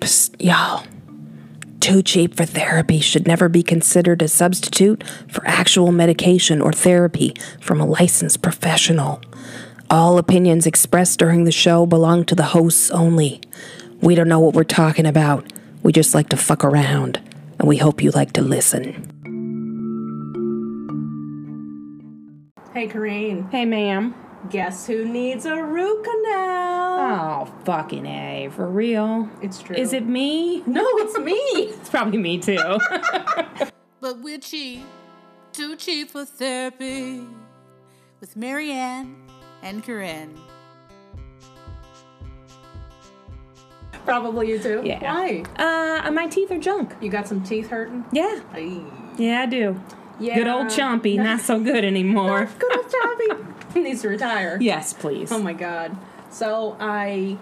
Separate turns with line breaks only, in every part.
Psst, y'all. Too cheap for therapy should never be considered a substitute for actual medication or therapy from a licensed professional. All opinions expressed during the show belong to the hosts only. We don't know what we're talking about. We just like to fuck around, and we hope you like to listen.
Hey, Corrine.
Hey, ma'am.
Guess who needs a root canal?
Oh, fucking A. For real?
It's true.
Is it me?
No, it's me.
It's probably me too.
But we're cheap, too cheap for therapy. With Marianne and Corinne.
Probably you too.
Yeah.
Why?
uh, my teeth are junk.
You got some teeth hurting?
Yeah.
Ay.
Yeah, I do.
Yeah.
Good old Chompy, not so good anymore.
Good old Chompy. He needs to retire.
yes, please.
Oh my god. So I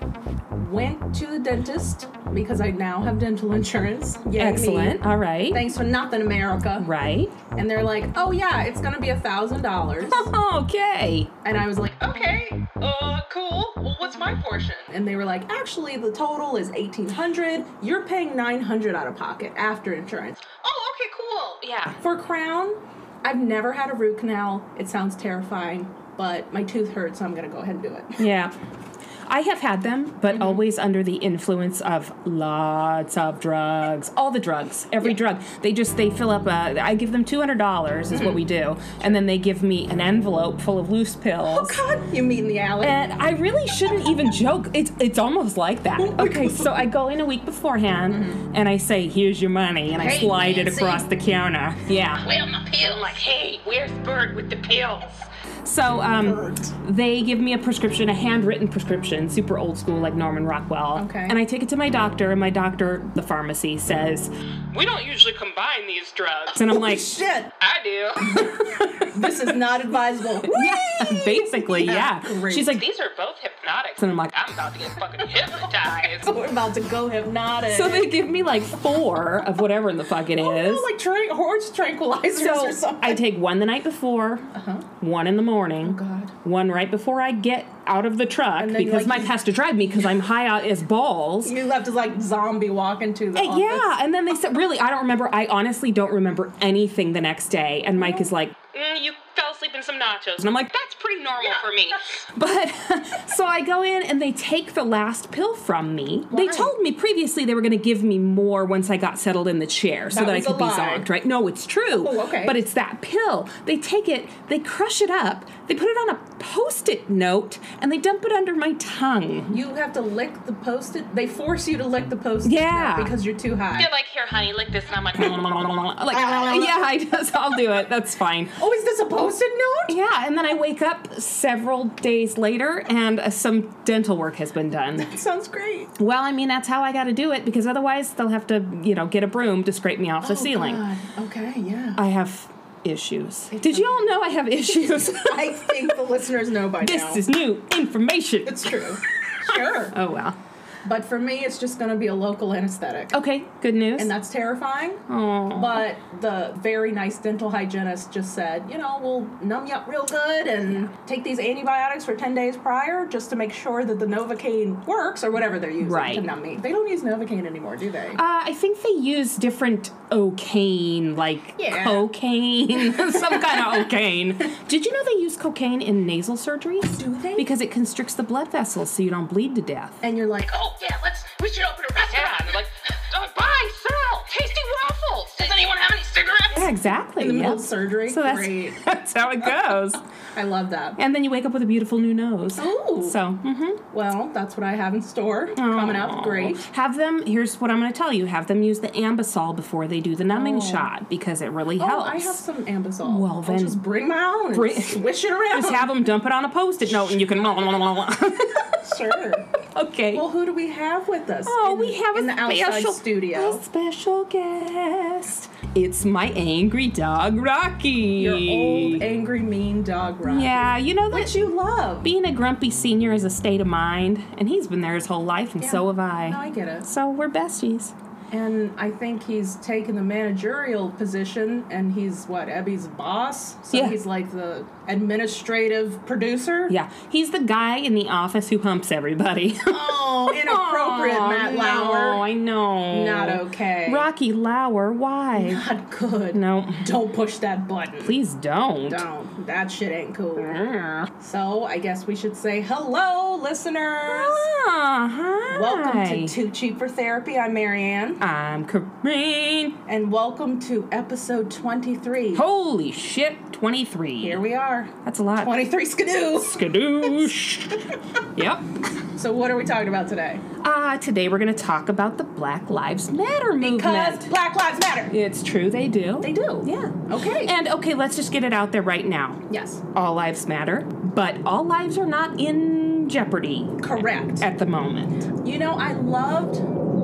went to the dentist because I now have dental insurance. Yay, me.
Excellent. All right.
Thanks for nothing, America.
right.
And they're like, oh yeah, it's gonna be a thousand dollars.
Okay.
And I was like, okay, uh, cool. Well, what's my portion? And they were like, actually, the total is eighteen hundred. You're paying nine hundred out of pocket after insurance. Oh, okay, cool.
Yeah.
For crown, I've never had a root canal. It sounds terrifying, but my tooth hurts, so I'm gonna go ahead and do it.
Yeah. Mm-hmm. I have had them, but always under the influence of lots of drugs. All the drugs, every drug. They just they fill up. A, I give them two hundred dollars is what we do, and then they give me an envelope full of loose pills.
God, you meet in the alley.
And I really shouldn't even joke. It's it's almost like that. Okay, so I go in a week beforehand
Mm-hmm.
and I say, "Here's your money," and I
Hey,
slide it
Nancy.
across the counter. Yeah.
Well, my pill, like, hey, where's Bird with the pills?
So um, they give me a prescription, a handwritten prescription, super old school, like Norman Rockwell.
Okay.
And I take it to my doctor, and my doctor, the pharmacy, says,
We don't usually combine these drugs.
and I'm like,
Oh, Shit,
I do.
this is not advisable.
yeah, basically, yeah.
great.
She's like,
These are both hypnotics.
And I'm like-
I'm about to get fucking hypnotized.
We're about to go hypnotic.
so they give me like four of whatever the fuck it is.
It was like tra- horse tranquilizers or
So
something.
I take one the night before, one in the morning,
Uh-huh. Oh, God.
one right before I get out of the truck
then,
because
like,
Mike
you-
has to drive me because I'm high out as balls.
You left as like zombie walking to the
Uh,
office.
Yeah, and then they said, really, I don't remember. I honestly don't remember anything the next day. And Mike is like,
Mm, you fell asleep in some nachos.
And I'm like-
that's pretty normal for me.
but so I go in and they take the last pill from me. They
Why?
told me previously they were going to give me more once I got settled in the chair so
That
that, I
was a
could be
lie.
zonked, right? No, it's true.
Oh, okay.
But it's that pill. They take it, they crush it up, they put it on a post it note, and they dump it under my tongue.
You have to lick the post-it. They force you to lick the post-it.
Yeah.
now Because you're too high.
They're like, here, honey, lick this. And I'm like, oh,
Like, yeah, I just, I'll do it. That's fine.
Oh, is this a post-it note?
Yeah, and then I wake up several days later and uh, some dental work has been done.
Sounds great.
Well, I mean, that's how I got to do it because otherwise they'll have to, you know, get a broom to scrape me off the ceiling.
Oh, God. Okay, yeah.
I have issues. Did you all know I have issues?
I think the listeners know by
this
now.
is new information.
It's true. sure.
Oh, well.
But for me, it's just going to be a local anesthetic.
Okay, good news.
And that's terrifying.
Aw.
But the very nice dental hygienist just said, you know, we'll numb you up real good and take these antibiotics for 10 days prior just to make sure that the Novocaine works or whatever they're using to
Right.
numb me. They don't use Novocaine anymore, do they?
Uh, I think they use different okaine, like
Yeah.
cocaine, some kind of okaine. Did you know they use cocaine in nasal surgeries?
Do they?
Because it constricts the blood vessels so you don't bleed to death.
and you're like,
oh, yeah, let's, we should open a restaurant. And they're like, uh, buy, sell, tasty waffles. Does anyone have any cigarettes?
Yeah, exactly.
In the middle
yeah.
of surgery?
So that's,
Great.
that's how it goes.
I love that.
and then you wake up with a beautiful new nose.
Ooh.
So, mm-hmm.
Well, that's what I have in store coming up. Great.
Have them, here's what I'm going to tell you have them use the ambisol before they do the numbing shot because it really
Oh,
helps.
I have some Ambisol.
Well,
I'll
then-
just bring my own. and
Bring-
swish it around.
Just have them dump it on a post it note and you can.
sure.
okay.
well, who do we have with us?
Oh,
in-
we have
in
a
the outside
special
studio.
A special guest. It's my angry dog, Rocky.
Your old angry mean dog Rocky.
yeah, you know
Which
that
you love.
being a grumpy senior is a state of mind, and he's been there his whole life, and so have I.
No, I get it.
So we're besties.
And I think he's taken the managerial position, and he's what Abby's boss. So
Yeah.
he's like the administrative producer.
Yeah, he's the guy in the office who humps everybody.
Oh, inappropriate,
Aw,
Matt
No,
Lauer.
I know.
Not okay.
Rocky Lauer, why?
Not good.
No,
Don't push that button.
please don't.
Don't. That shit ain't cool.
Ah,
So I guess we should say hello, listeners.
hi.
Welcome to Too Cheap for Therapy. I'm Marianne,
I'm Kareem.
and welcome to episode 23.
Holy shit, 23.
Here we are.
That's a lot.
23 Skidoo.
Skadoosh. yep.
So what are we talking about today?
Ah, today we're going to talk about the Black Lives Matter movement.
Because Black Lives Matter.
it's true, they do.
They do.
Yeah.
Okay.
And okay, let's just get it out there right now.
yes.
All lives matter, but all lives are not in jeopardy
Correct.
at the moment.
You know, I loved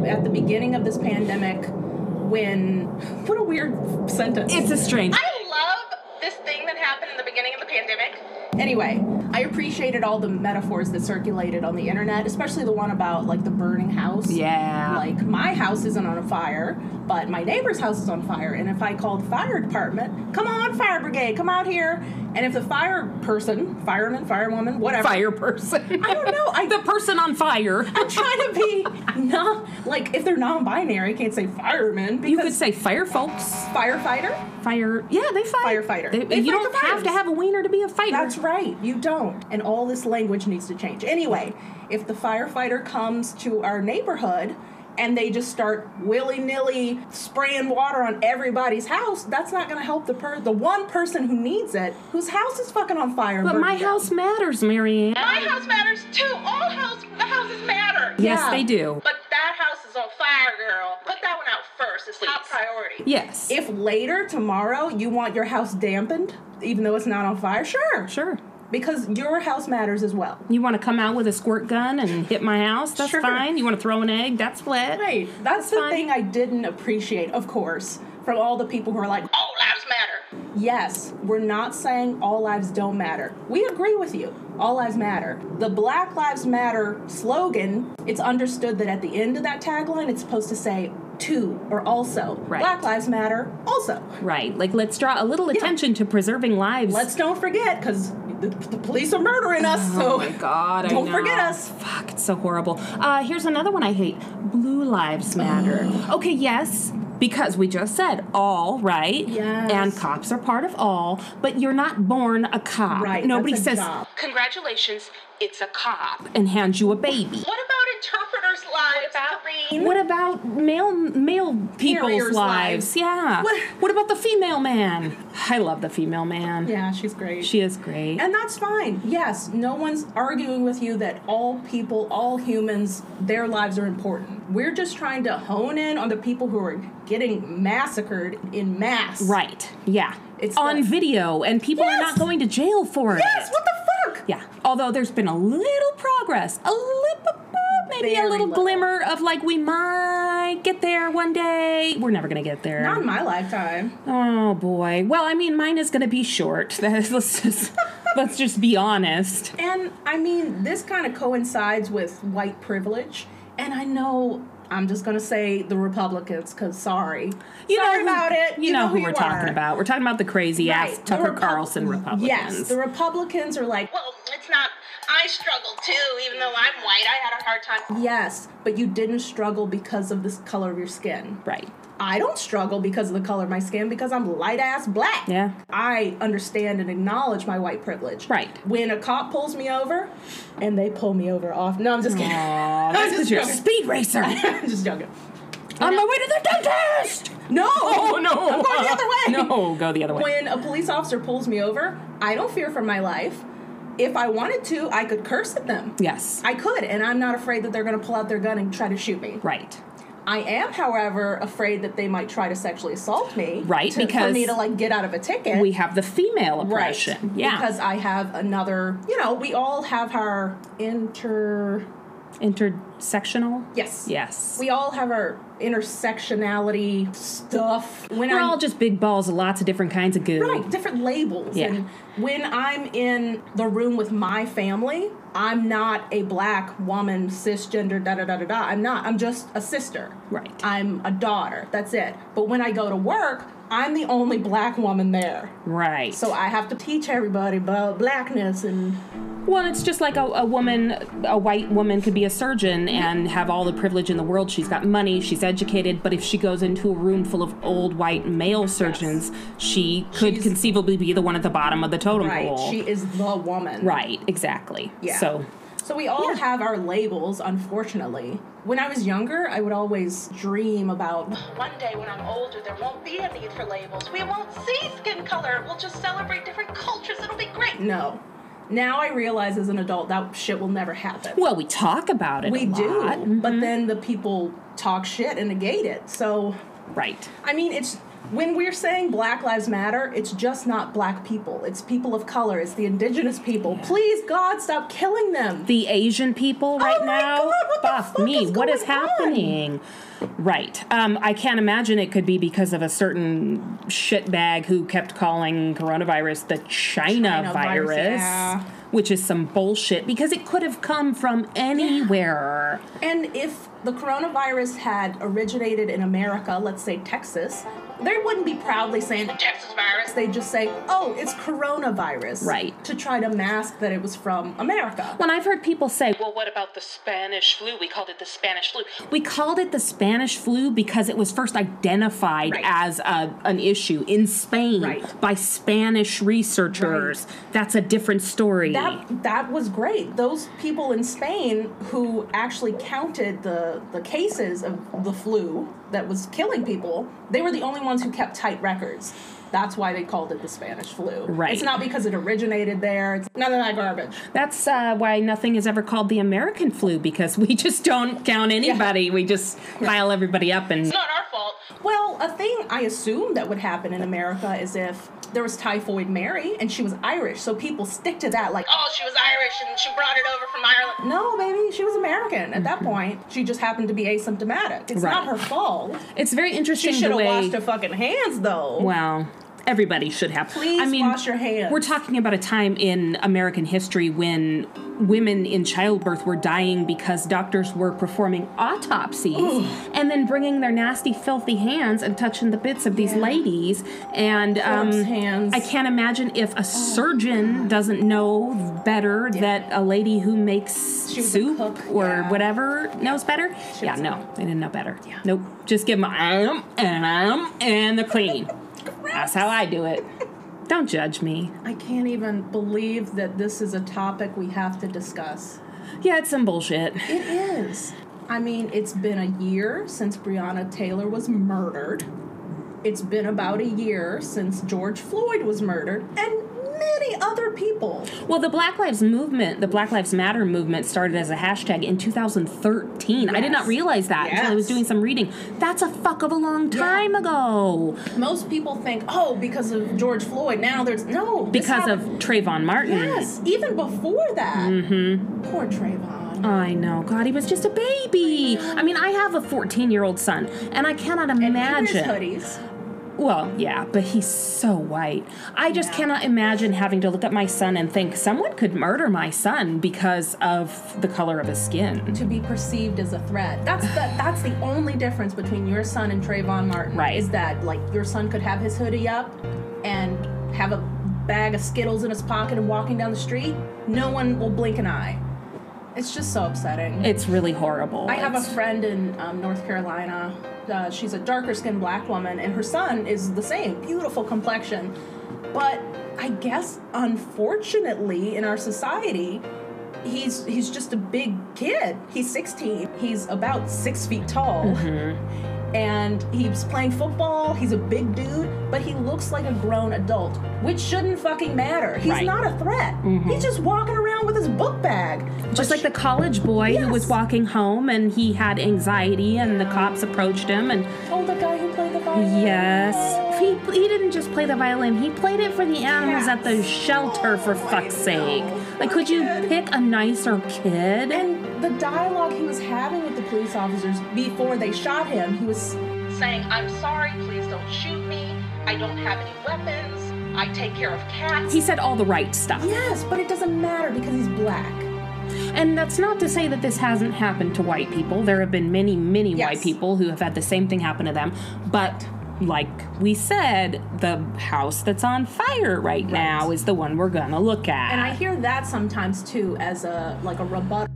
at the beginning of this pandemic when what a weird sentence.
It's a strange.
I love this thing that happened in the beginning of the pandemic.
Anyway, I appreciated all the metaphors that circulated on the internet, especially the one about like the burning house.
Yeah.
Like my house isn't on fire, but my neighbor's house is on fire. And if I called the fire department, come on, fire brigade, come out here. And if the fire person, fireman, firewoman, whatever,
fire person.
I don't know. I
the person on fire.
I'm trying to be not like if they're non-binary, I can't say fireman
You
because
could say fire folks.
firefighter.
Fire. Yeah, they fight.
Firefighter.
They-
They
you
fight
don't
the
have to
fires.
have a wiener to be a fighter.
That's right, you don't. And all this language needs to change. Anyway, if the firefighter comes to our neighborhood and they just start willy-nilly spraying water on everybody's house, that's not going to help the per- the one person who needs it, whose house is fucking on fire. and
But
burning
my
down.
house matters, Marianne.
My house matters too. All house the houses matter.
Yes,
Yeah.
they do.
But that house is on fire, girl. Put that one out first. It's top priority.
Yes.
If later tomorrow you want your house dampened, even though it's not on fire, sure,
sure.
because your house matters as well.
You want to come out with a squirt gun and hit my house? That's
Sure.
fine. You want to throw an egg? That's flat.
Right. That's, the
fine.
thing I didn't appreciate, of course, from all the people who are like,
All lives matter.
yes, we're not saying all lives don't matter. We agree with you. All lives matter. The Black Lives Matter slogan, it's understood that at the end of that tagline, it's supposed to say to or also.
Right.
Black Lives Matter also.
Right. Like, let's draw a little attention to preserving lives.
Let's don't forget, because the, the police are murdering us,
Oh
so.
my God! I
Don't
know.
forget us.
Fuck, it's so horrible. Uh, here's another one I hate: Blue Lives Matter. okay, yes, because we just said all, right?
Yes.
And cops are part of all, but you're not born a cop.
Right.
Nobody
that's a
says
job.
Congratulations, it's a cop.
and hands you a baby.
What about interpreters' lives? Kareem?
What about male male people's
Carriers'
lives?
lives.
Yeah.
What-
what about the female man? I love the female man.
Yeah, she's great.
She is great.
And that's fine. Yes, no one's arguing with you that all people, all humans, their lives are important. We're just trying to hone in on the people who are getting massacred in mass.
Right. Yeah.
It's
on
the-
video, and people are not
Yes!
going to jail for it.
Yes, what the fuck?
Yeah. Although there's been a little progress, a little, maybe a
Very
little,
little.
glimmer of like we might get there one day. We're never gonna get there.
Not in my lifetime.
oh boy. Well, I mean, mine is gonna be short. let's just let's just be honest.
And I mean, this kind of coincides with white privilege. And I know I'm just going to say the Republicans, because sorry. sorry
who-
about it.
You, know, who,
you
we're
are.
talking about. We're talking about the crazy
Right,
ass
the
Tucker
Repu-
Carlson Republicans.
Yes, the Republicans are like,
Well, it's not. I struggle too, even though I'm white. I had a hard time.
Yes, but you didn't struggle because of the color of your skin.
right.
I don't struggle because of the color of my skin because I'm light ass black.
Yeah.
I understand and acknowledge my white privilege.
Right.
When a cop pulls me over and they pull me over off. No, I'm just kidding.
Aw, that's 'cause
just
you're a
joking.
speed racer.
I'm just joking.
on my way to the dentist.
No!
Oh no!
I'm going the other way!
No, go the other way.
When a police officer pulls me over, I don't fear for my life. If I wanted to, I could curse at them.
Yes.
I could, and I'm not afraid that they're gonna pull out their gun and try to shoot me.
right.
I am, however, afraid that they might try to sexually assault me.
Right,
to-
because
for me to like get out of a ticket.
We have the female
right.
oppression. Yeah.
Because I have another. You know, we all have our inter.
Intersectional?
Yes.
Yes.
We all have our intersectionality stuff. When
We're
I'm-
all just big balls of lots of different kinds of goo.
Right, different labels.
Yeah.
And when I'm in the room with my family, I'm not a black woman, cisgender, da da da da da. I'm not. I'm just a sister.
Right.
I'm a daughter. That's it. But when I go to work, I'm the only black woman there.
Right.
So I have to teach everybody about blackness and
Well, it's just like a, a woman, a white woman could be a surgeon and have all the privilege in the world. She's got money, she's educated, but if she goes into a room full of old white male surgeons, she could
She's-
conceivably be the one at the bottom of the totem
right.
pole.
She is the woman.
right, exactly.
Yeah.
So,
So we all have our labels, unfortunately. When I was younger, I would always dream about
One day when I'm older, there won't be a need for labels. We won't see skin color. We'll just celebrate different cultures. It'll be great.
No. Now I realize as an adult that shit will never happen.
well, we mm-hmm. talk about it.
we
a
do,
lot.
but then the people talk shit and negate it. So,
Right.
I mean, it's when we're saying Black Lives Matter, it's just not black people. It's people of color. It's the indigenous people. Please, God, stop killing them.
The Asian people right
Oh my
now,
God, what the
buff
fuck
me.
is
what is
going on?
happening? Right. Um, I can't imagine it could be because of a certain shitbag who kept calling coronavirus the China,
China virus,
virus,
yeah.
which is some bullshit because it could have come from anywhere.
And if the coronavirus had originated in America, let's say Texas, they wouldn't be proudly saying
Texas virus.
they just say, "Oh, it's coronavirus,"
Right.
To try to mask that it was from America.
When I've heard people say, well,
Well, what about the Spanish flu? We called it the Spanish flu.
we called it the Spanish flu because it was first identified
Right.
as a, an issue in Spain
Right.
by Spanish researchers. That's a different story.
That that was great. Those people in Spain who actually counted the the cases of the flu that was killing people, they were the only ones who kept tight records. That's why they called it the Spanish flu.
Right.
It's not because it originated there. It's none of that garbage.
That's uh, why nothing is ever called the American flu because we just don't count anybody. We just pile everybody up and
It's not our fault.
Well, a thing I assume that would happen in America is if there was typhoid Mary and she was Irish, so people stick to that like, "Oh,
Oh, she was Irish and she brought it over from Ireland.
no, baby, she was American at that point. She just happened to be asymptomatic. It's not
Mm-hmm.
her
Right.
fault.
it's very interesting
She should
the
have
way.
washed her fucking hands though.
well, everybody should have.
Please
I mean,
wash your hands.
We're talking about a time in American history when women in childbirth were dying because doctors were performing autopsies and then bringing their nasty, filthy hands and touching the bits of these ladies. And um,
Corpse hands. Oh.
I can't imagine if a surgeon doesn't know better that a lady who makes
She was a
soup
cook,
or
yeah.
whatever knows better. yeah,
was a
no, they didn't know better. Nope. Just give them um and um and they're clean. That's how I do it. Don't judge me.
I can't even believe that this is a topic we have to discuss.
Yeah, it's some bullshit.
It is. I mean, it's been a year since Breonna Taylor was murdered. It's been about a year since George Floyd was murdered, and many other people.
Well, the Black Lives Movement, the Black Lives Matter movement started as a hashtag in 2013. I did
Yes.
not realize that until I was
Yes.
doing some reading. That's a fuck of a long time ago.
Most people think, oh, because of George Floyd, now there's no this
Because of
happened-
Trayvon Martin.
yes, even before that. Poor Trayvon.
I know. God, he was just a baby. I mean, I have a 14 year old son, and I cannot
Here's
imagine.
hoodies.
Well, yeah, but he's so white. I just cannot imagine having to look at my son and think someone could murder my son because of the color of his skin.
to be perceived as a threat. That's the that's the only difference between your son and Trayvon Martin.
Right.
Is that like your son could have his hoodie up and have a bag of Skittles in his pocket and walking down the street, no one will blink an eye. It's just so upsetting.
It's really horrible.
I have a
It's-
friend in um, North Carolina. Uh, she's a darker skinned black woman, and her son is the same, beautiful complexion. But I guess, unfortunately, in our society, he's he's just a big kid. He's 16. He's about six feet tall. And he's playing football. He's a big dude, but he looks like a grown adult, which shouldn't fucking matter. He's
Right.
not a threat. He's just walking around with his book bag.
just like the college boy who was
Yes.
walking home and he had anxiety and the cops approached him and
Oh, the guy who played the violin.
yes he, he didn't just play the violin he played it for the animals at the
Cats.
shelter for
Oh, I
fuck's sake
know.
Like, could you
kid.
pick a nicer kid?
And the dialogue he was having with the police officers before they shot him, he was
saying, I'm sorry, please don't shoot me. I don't have any weapons. I take care of cats.
he said all the right stuff.
yes, but it doesn't matter because he's black.
And that's not to say that this hasn't happened to white people. There have been many, many
Yes.
white people who have had the same thing happen to them. But like we said, the house that's on fire right, now is the one we're gonna look at.
And I hear that sometimes too as a like a rebuttal.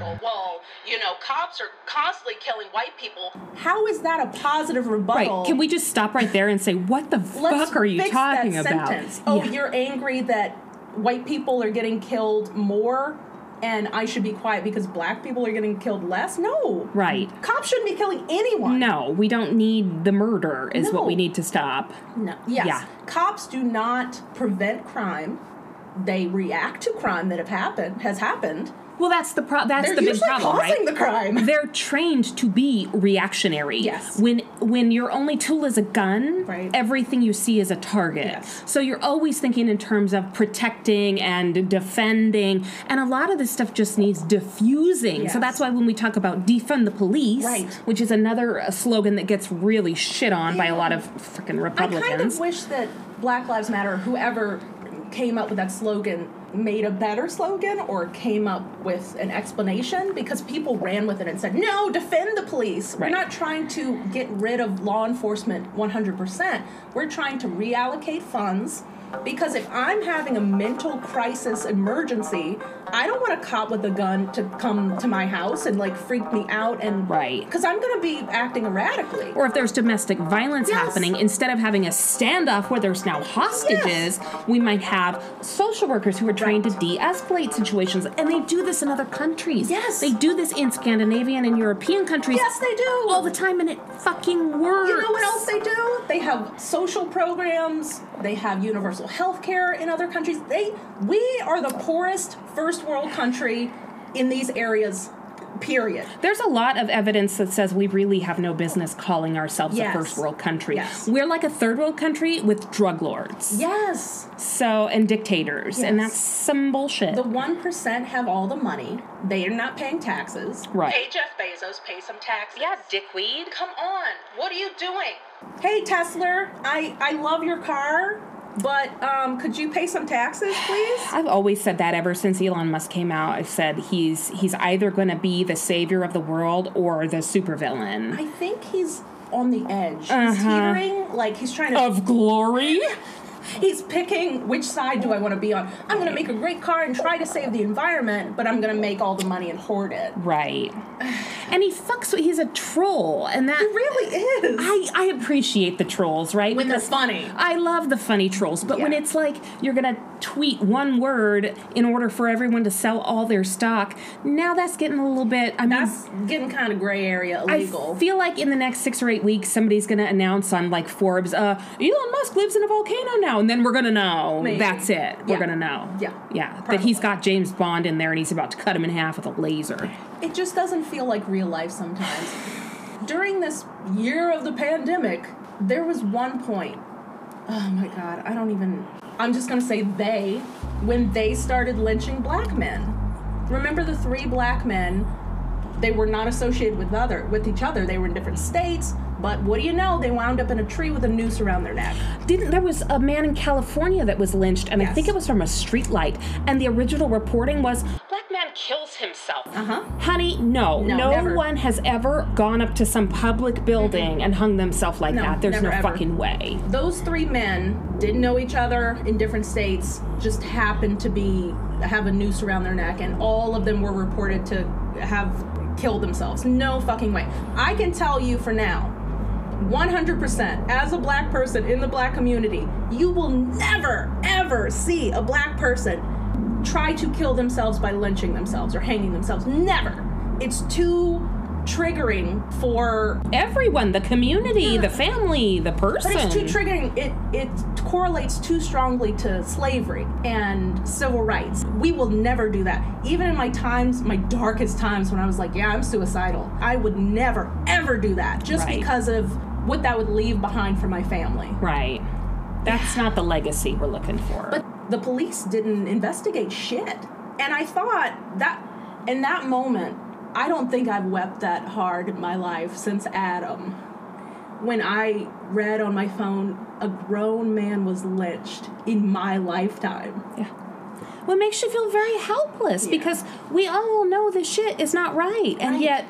Well, you know, cops are constantly killing white people.
How is that a positive
right?
rebuttal?
Can we just stop right there and say what the
Let's
fuck are you
fix
talking
that
about?
Sentence. Oh,
Yeah.
you're angry that white people are getting killed more and I should be quiet because black people are getting killed less? No.
right.
Cops shouldn't be killing anyone.
No, we don't need the murder. Is what we
No.
need to stop.
No. Yes.
Yeah.
Cops do not prevent crime. They react to crime that have happened has happened.
Well, that's the pro- that's
They're
the big
usually
problem,
causing
right?
the crime.
they're trained to be reactionary.
Yes.
When when your only tool is a gun,
Right.
everything you see is a target.
Yes.
So you're always thinking in terms of protecting and defending, and a lot of this stuff just needs diffusing.
Yes.
So that's why when we talk about defund the police,
Right.
which is another uh, slogan that gets really shit on by a lot of
I
freaking
kind
Republicans.
of wish that Black Lives Matter, or whoever came up with that slogan, made a better slogan or came up with an explanation because people ran with it and said, no, defend the police.
Right.
We're not trying to get rid of law enforcement 100%. We're trying to reallocate funds because if I'm having a mental crisis emergency, I don't want a cop with a gun to come to my house and like freak me out and.
Right.
Because I'm going to be acting erratically.
or if there's domestic violence
Yes.
happening, instead of having a standoff where there's now hostages, we might have social workers who are trained to de escalate situations. And they do this in other countries.
Yes.
They do this in Scandinavian and European countries.
Yes, they do.
All the time, and it fucking works.
You know what else they do? They have social programs. They have universal health care in other countries. They we are the poorest first world country in these areas. Period.
There's a lot of evidence that says we really have no business calling ourselves
Yes.
a first world country.
Yes.
We're like a third world country with drug lords.
Yes.
So and dictators. And
Yes.
that's some bullshit.
The 1% have all the money. They are not paying taxes.
right.
Hey, Jeff Bezos, pay some taxes.
dickweed.
Come on. What are you doing?
Hey Tesla, I I love your car, but um could you pay some taxes, please?
I've always said that ever since Elon Musk came out. I said he's he's either going to be the savior of the world or the supervillain
I think he's on the edge. He's
Uh-huh.
teetering, like he's trying to
of glory.
He's picking which side do I want to be on. I'm going to make a great car and try to save the environment, but I'm going to make all the money and hoard it.
Right. And he fucks with he's a troll and that
It really is.
I I appreciate the trolls, right?
when they're
Because
funny.
I love the funny trolls, but when
Yeah.
it's like you're gonna tweet one word in order for everyone to sell all their stock, now that's getting a little bit. I mean,
That's getting kind of gray area illegal.
I feel like in the next six or eight weeks, somebody's going to announce on like Forbes, uh, Elon Musk lives in a volcano now, and then we're going to know.
Maybe.
That's it. We're
Yeah.
going to know.
Yeah.
Yeah. That he's
Probably.
got James Bond in there and he's about to cut him in half with a laser.
it just doesn't feel like real life sometimes. During this year of the pandemic, there was one point. Oh my god, I don't even. I'm just gonna say they, when they started lynching black men. Remember the three black men? They were not associated with other with each other. They were in different states, but what do you know? They wound up in a tree with a noose around their neck.
Didn't there was a man in California that was lynched, and I
Yes.
think it was from a streetlight, and the original reporting was black man kills himself.
Uh huh.
Honey, no.
No,
No,
never.
one has ever gone up to some public building and hung themselves like
No,
that. There's
never,
no
ever.
fucking way.
those three men didn't know each other in different states just happened to be have a noose around their neck and all of them were reported to have killed themselves no fucking way i can tell you for now 100% as a black person in the black community you will never ever see a black person try to kill themselves by lynching themselves or hanging themselves never it's too triggering for
everyone the community the family the person
But it's too triggering. It it correlates too strongly to slavery and civil rights. We will never do that. Even in my times, my darkest times when I was like, yeah, I'm suicidal. I would never ever do that just
Right.
because of what that would leave behind for my family.
Right. That's not the legacy we're looking for.
But the police didn't investigate shit. And I thought that in that moment, I don't think I've wept that hard in my life since Adam. When I read on my phone, a grown man was lynched in my lifetime.
what makes you feel very helpless because we all know this shit is not right, and yet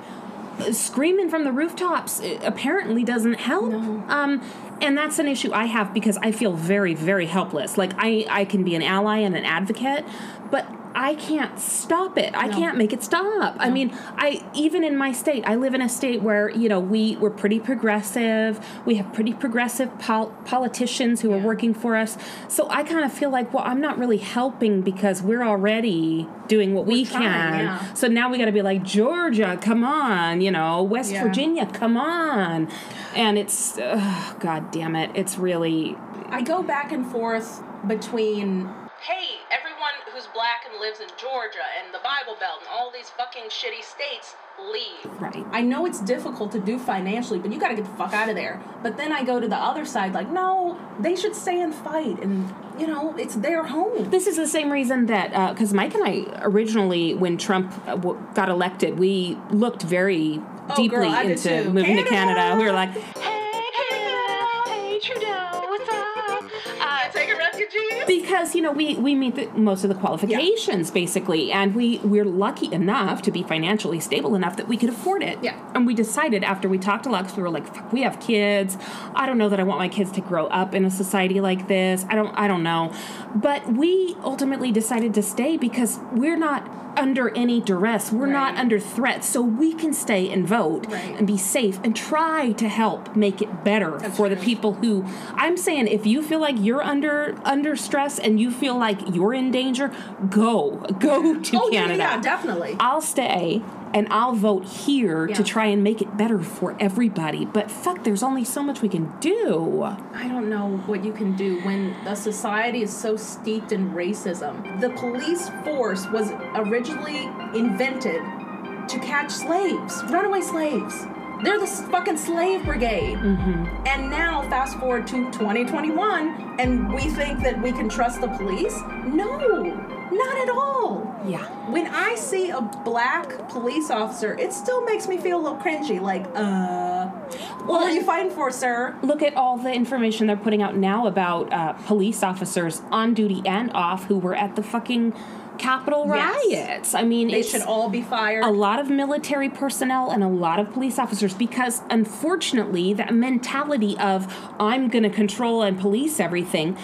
uh, screaming from the rooftops uh, apparently doesn't help. Um, and that's an issue I have because I feel very, very helpless. Like I, I can be an ally and an advocate, but I can't stop it. I can't make it stop. I mean, I even in my state, I live in a state where you know we we're pretty progressive. We have pretty progressive pol- politicians who are working for us. So I kind of feel like, well, I'm not really helping because we're already doing what we
trying,
can.
yeah.
So now we got to be like Georgia, come on, you know, West
Yeah.
Virginia, come on, and it's ugh, god damn it, it's really
I go back and forth between
Hey, everyone who's black and lives in Georgia and the Bible Belt and all these fucking shitty states, leave.
right.
I know it's difficult to do financially, but you gotta get the fuck out of there. But then I go to the other side, like, no, they should stay and fight, and you know, it's their home.
This is the same reason that because Mike and I originally, when Trump uh, w- got elected, we looked very
Oh,
deeply
girl, I did
into
too.
moving to
Canada!
Canada. We were like,
Hey, Trudeau, hey, Trudeau, what's up? I take a refugee.
because you know we we meet the, most of the qualifications basically, and we we're lucky enough to be financially stable enough that we could afford it.
Yeah.
And we decided after we talked a lot because we were like, Fuck, we have kids. I don't know that I want my kids to grow up in a society like this. I don't I don't know, but we ultimately decided to stay because we're not under any duress. We're not
Right.
under threat, so we can stay and vote
Right.
and be safe and try to help make it better for the people who I'm saying if you feel like you're under under stress and you feel like you're in danger, go. Go to
Oh, yeah,
Canada.
yeah, definitely.
I'll stay and I'll vote here to
Yeah.
try and make it better for everybody. But fuck, there's only so much we can do.
I don't know what you can do when a society is so steeped in racism. The police force was originally invented to catch slaves, runaway slaves. They're the s- fucking slave brigade.
Mm-hmm.
And now, fast forward to 2021, and we think that we can trust the police? No, not at all.
Yeah.
When I see a black police officer, it still makes me feel a little cringy. Like, uh, what
Well,
are you fighting for, sir?
look at all the information they're putting out now about uh, police officers on duty and off who were at the fucking Capitol
Yes.
riots. I mean,
They
it's
should all be fired.
a lot of military personnel and a lot of police officers because unfortunately that mentality of I'm going to control and police everything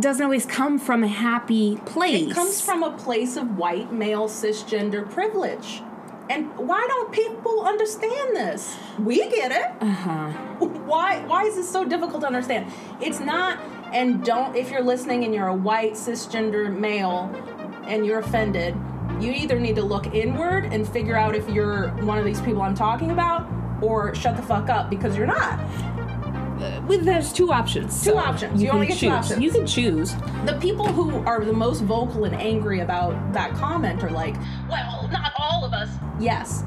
doesn't always come from a happy place.
It comes from a place of white male cisgender privilege. And why don't people understand this? We get it.
Uh-huh.
Why why is this so difficult to understand? It's not and don't if you're listening and you're a white cisgender male and you're offended, you either need to look inward and figure out if you're one of these people I'm talking about or shut the fuck up because you're not.
Well, there's two options.
Two options. You
can
only get two
choose.
options.
You can choose.
The people who are the most vocal and angry about that comment are like,
Well, not all of us.
Yes.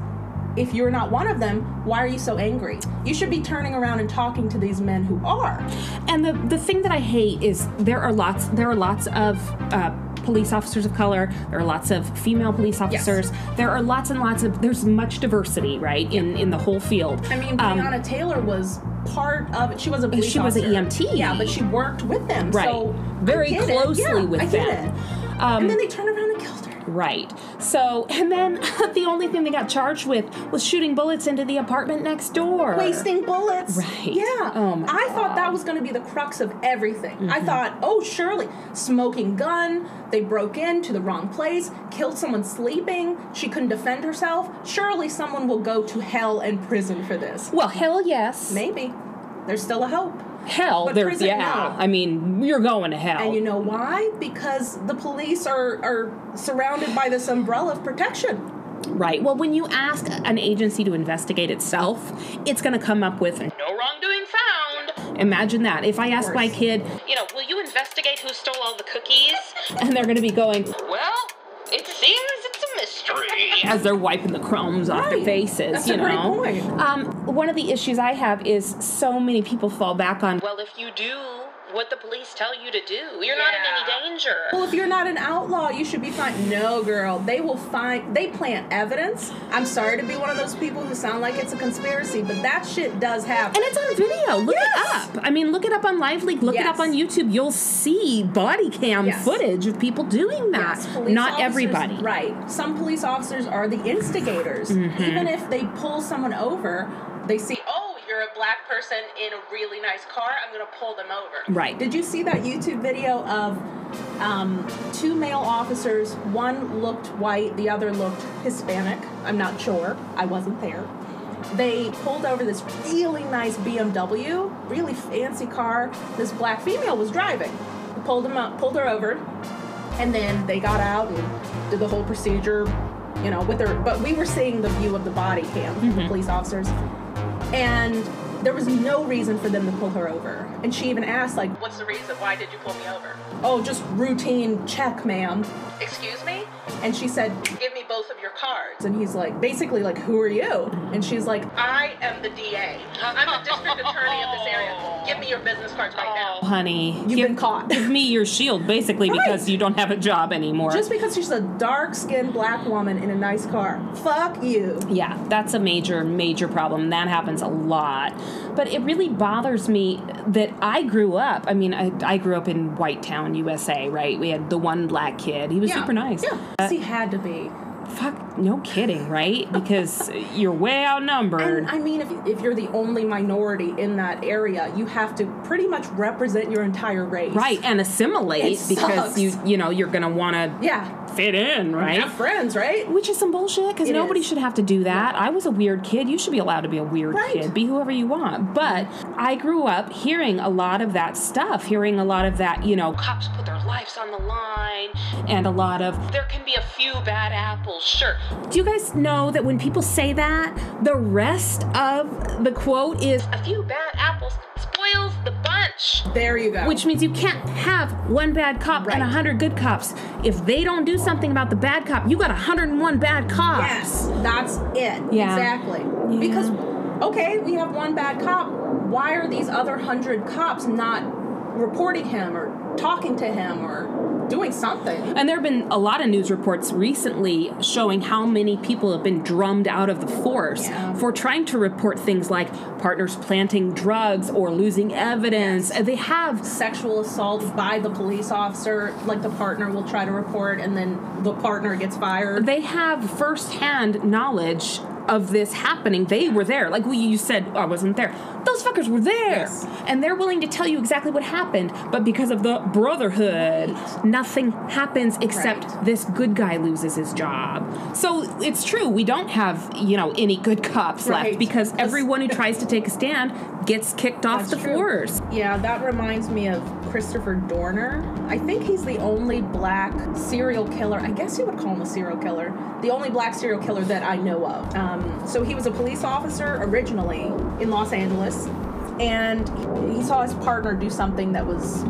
If you're not one of them, why are you so angry? You should be turning around and talking to these men who are.
And the the thing that I hate is there are lots there are lots of uh, police officers of color. There are lots of female police officers. There are lots and lots of there's much diversity right in in the whole field.
I mean,
Um,
Breonna Taylor was part of it. She was a police
She was an
officer.
EMT.
Yeah, but she worked with them.
right
So I
very
get it.
closely
Yeah,
with
I get
them.
it.
Um,
And then they turned around and killed her.
Right. So, and then the only thing they got charged with was shooting bullets into the apartment next door.
Wasting bullets.
Right.
Yeah.
Oh my Mm-hmm.
I thought that was going to be the crux of everything. I thought, oh, surely, smoking gun. They broke into the wrong place, killed someone sleeping. She couldn't defend herself. Surely someone will go to hell and prison for this.
Well, hell yes.
Maybe. There's still a hope.
Hell,
But
there's
prison,
yeah.
no.
I mean, you're going to hell.
And you know why? Because the police are, are surrounded by this umbrella of protection.
right. Well, when you ask an agency to investigate itself, it's going to come up with
No wrongdoing found.
imagine that. If I ask my
course.
kid
You know, will you investigate who stole all the cookies?
and they're going to be going,
Well, it seems it's It's a mystery.
as they're wiping the crumbs off their
Right.
faces.
That's
you
a
know,
great point.
Um, one of the issues I have is so many people fall back on.
well, if you do what the police tell you to do, you're not
Yeah.
in any danger.
Well, if you're not an outlaw, you should be fine. No, girl, they will find. They plant evidence. I'm sorry to be one of those people who sound like it's a conspiracy, but that shit does happen.
And it's on video. Look
Yes.
it up. I mean, look it up on Live Leak. Look it up
Yes.
on YouTube. You'll see body cam
Yes.
footage of people doing that.
Yes, police
Not
officers-
everybody.
Right. Some police officers are the instigators.
Mm-hmm.
Even if they pull someone over, they see, oh, you're a black person in a really nice car. I'm going to pull them over.
Right.
Did you see that YouTube video of um, two male officers? One looked white, the other looked Hispanic. I'm not sure. I wasn't there. They pulled over this really nice BMW, really fancy car. This black female was driving. They pulled him up, pulled her over, and then they got out and did the whole procedure, you know, with her. But we were seeing the view of the body cam, the police officers and there was no reason for them to pull her over. And she even asked, like,
What's the reason? Why did you pull me over?
oh, just routine check, ma'am.
Excuse me?
And she said,
Give me both of your cards.
and he's like, basically, like, who are you? And she's like,
I am the DA. I'm the district attorney of this area. Give me your business cards right now.
Honey,
you've
give,
been caught.
give me your shield basically because
Right.
you don't have a job anymore.
Just because she's a dark skinned black woman in a nice car. Fuck you.
Yeah, that's a major, major problem. That happens a lot. But it really bothers me that I grew up. I mean, I, I grew up in White Town, USA, right? We had the one black kid. He was super nice.
Yeah.
Uh,
She had to be.
fuck, no kidding, right? Because you're way outnumbered.
And I mean, if, if you're the only minority in that area, you have to pretty much represent your entire race.
right, and assimilate
It
because
sucks.
you, you know, you're going to want to
Yeah.
fit in, right?
Have friends, right?
Which is some bullshit because
It
nobody
is.
should have to do that. I was a weird kid. You should be allowed to be a weird
Right.
kid. Be whoever you want. But I grew up hearing a lot of that stuff, hearing a lot of that, you know,
Cops put their lives on the line.
and a lot of.
There can be a few bad apples, sure.
Do you guys know that when people say that, the rest of the quote is,
A few bad apples spoils the bunch.
There you go.
which means you can't have one bad cop and
Right.
and 100 good cops. If they don't do something about the bad cop, you got 101 bad cops.
Yes, that's it.
Yeah.
Exactly. Because, okay, we have one bad cop. Why are these other hundred cops not reporting him or talking to him or doing something?
And there have been a lot of news reports recently showing how many people have been drummed out of the force
Yeah.
for trying to report things like partners planting drugs or losing evidence. And They have.
Sexual assault by the police officer, like the partner will try to report, and then the partner gets fired.
They have firsthand knowledge of this happening. They were there. Like we, you said, oh, I wasn't there. Those fuckers were there.
Yes.
And they're willing to tell you exactly what happened. But because of the brotherhood, nothing happens except
Right.
this good guy loses his job. So it's true. We don't have, you know, any good cops left
Right.
because
Just-
everyone who tries to take a stand gets kicked off
That's
the
true.
force.
Yeah, that reminds me of Christopher Dorner. I think he's the only black serial killer. I guess you would call him a serial killer. The only black serial killer that I know of. Um, so he was a police officer originally in Los Angeles, and he- he saw his partner do something that was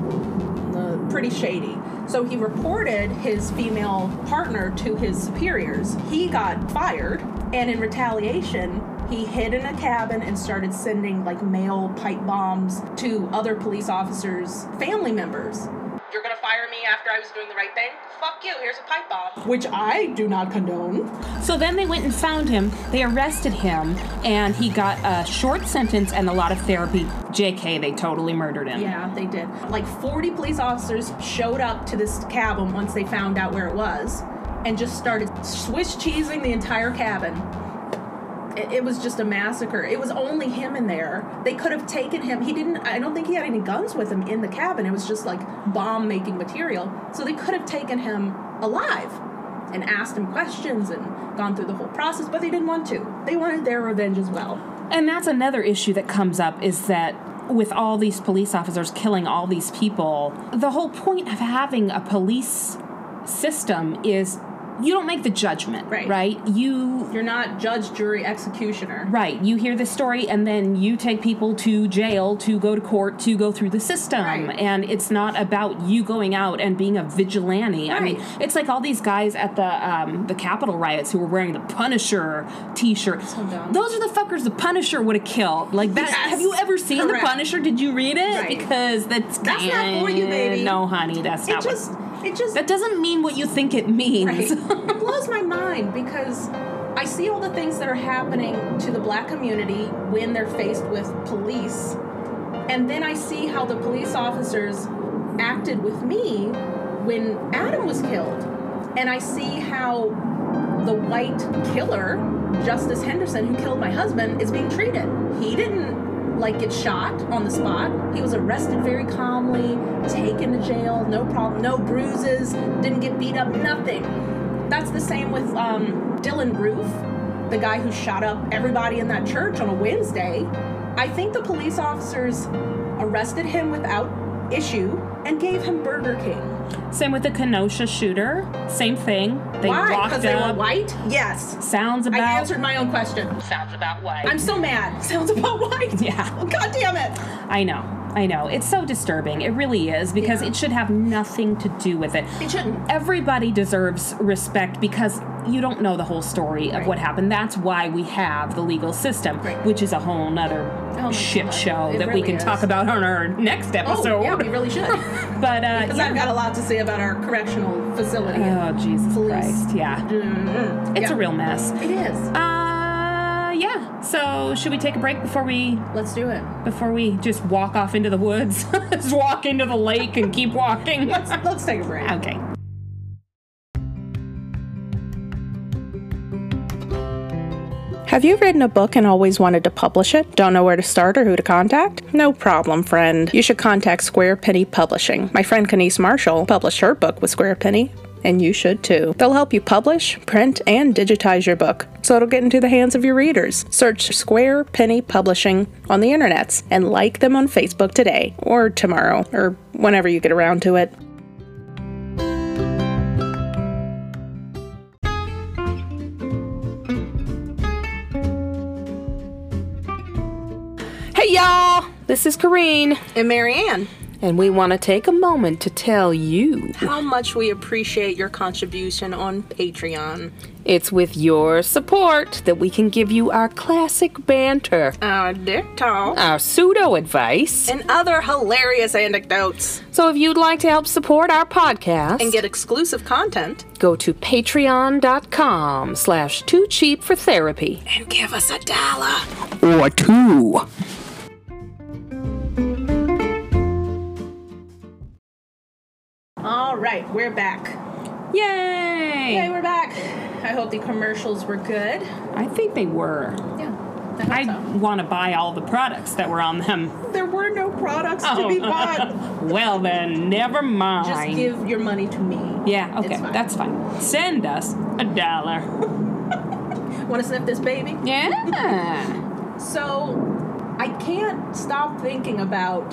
uh, pretty shady. So he reported his female partner to his superiors. He got fired, and in retaliation, he hid in a cabin and started sending like mail pipe bombs to other police officers' family members,
You're gonna fire me after I was doing the right thing? Fuck you, here's a pipe bomb.
which I do not condone.
So then they went and found him. They arrested him, and he got a short sentence and a lot of therapy. JK, they totally murdered him.
Yeah, they did. Like 40 police officers showed up to this cabin once they found out where it was and just started Swiss cheesing the entire cabin. It, it was just a massacre. It was only him in there. They could have taken him. He didn't, I don't think he had any guns with him in the cabin. It was just like bomb making material. So they could have taken him alive and asked him questions and gone through the whole process, but they didn't want to. They wanted their revenge as well.
And that's another issue that comes up is that with all these police officers killing all these people, the whole point of having a police system is you don't make the judgment,
Right.
Right? You
You're not judge, jury, executioner.
Right. You hear this story, and then you take people to jail to go to court to go through the system.
Right.
And it's not about you going out and being a vigilante. I mean,
Right.
it's like all these guys at the um, the Capitol riots who were wearing the Punisher T-shirt.
dumb.
Those are the fuckers the Punisher would have killed. Like that.
Yes.
Have you ever seen
Correct.
the Punisher? Did you read it?
Right.
Because that's
That's not for you, baby.
No, honey, that's
It
not. what-
just, it just,
that doesn't mean what you think it means.
Right. it blows my mind because I see all the things that are happening to the black community when they're faced with police, and then I see how the police officers acted with me when Adam was killed, and I see how the white killer, Justice Henderson, who killed my husband, is being treated. He didn't like get shot on the spot. He was arrested very calmly, taken to jail, no problem, no bruises, didn't get beat up, nothing. That's the same with um, Dylan Roof, the guy who shot up everybody in that church on a Wednesday. I think the police officers arrested him without issue and gave him Burger King.
Same with the Kenosha shooter. Same thing. They
Why?
locked
Because
up.
they were white? Yes.
Sounds
I
about.
answered my own question.
Sounds about white.
I'm so mad. Sounds about white.
Yeah.
Oh, God damn it.
I know. I know. It's so disturbing. It really is because
Yeah.
it should have nothing to do with it.
It shouldn't.
Everybody deserves respect because you don't know the whole story of what happened. That's why we have the legal system,
Right.
which is a whole nother
Oh my
shit
God.
show
It
that we
really
can
is.
talk about on our next
Oh,
episode.
yeah, we really should.
but uh,
Because
yeah.
I've got a lot to say about our correctional facility.
oh Jesus
Police.
Christ! Yeah,
Mm,
it's
yeah.
a real mess.
It is.
Uh, yeah. So should we take a break before we
Let's do it.
before we just walk off into the woods, just walk into the lake and keep walking?
Let's let's take a break.
Okay.
Have you written a book and always wanted to publish it? Don't know where to start or who to contact? No problem, friend. You should contact Square Penny Publishing. My friend Kenise Marshall published her book with Square Penny, and you should too. They'll help you publish, print, and digitize your book so it'll get into the hands of your readers. Search Square Penny Publishing on the internets and like them on Facebook today or tomorrow or whenever you get around to it. Hey y'all, this is Kareen.
And Marianne,
And we want to take a moment to tell you
how much we appreciate your contribution on Patreon.
it's with your support that we can give you our classic banter,
Our Uh, dick talk.
our pseudo advice.
and other hilarious anecdotes.
So if you'd like to help support our podcast,
And get exclusive content.
go to patreon.com slash too cheap for therapy.
And give us a dollar.
Or two.
All right, we're back.
Yay!
Hey, we're back. I hope the commercials were good.
I think they were.
Yeah.
I
I hope
want to buy all the products that were on them.
so. There were no products to be bought.
Well, then, never mind.
Just give your money to me.
yeah,
It's
okay,
fine.
that's fine. Send us a dollar.
Want to sniff this baby?
Yeah.
So, I can't stop thinking about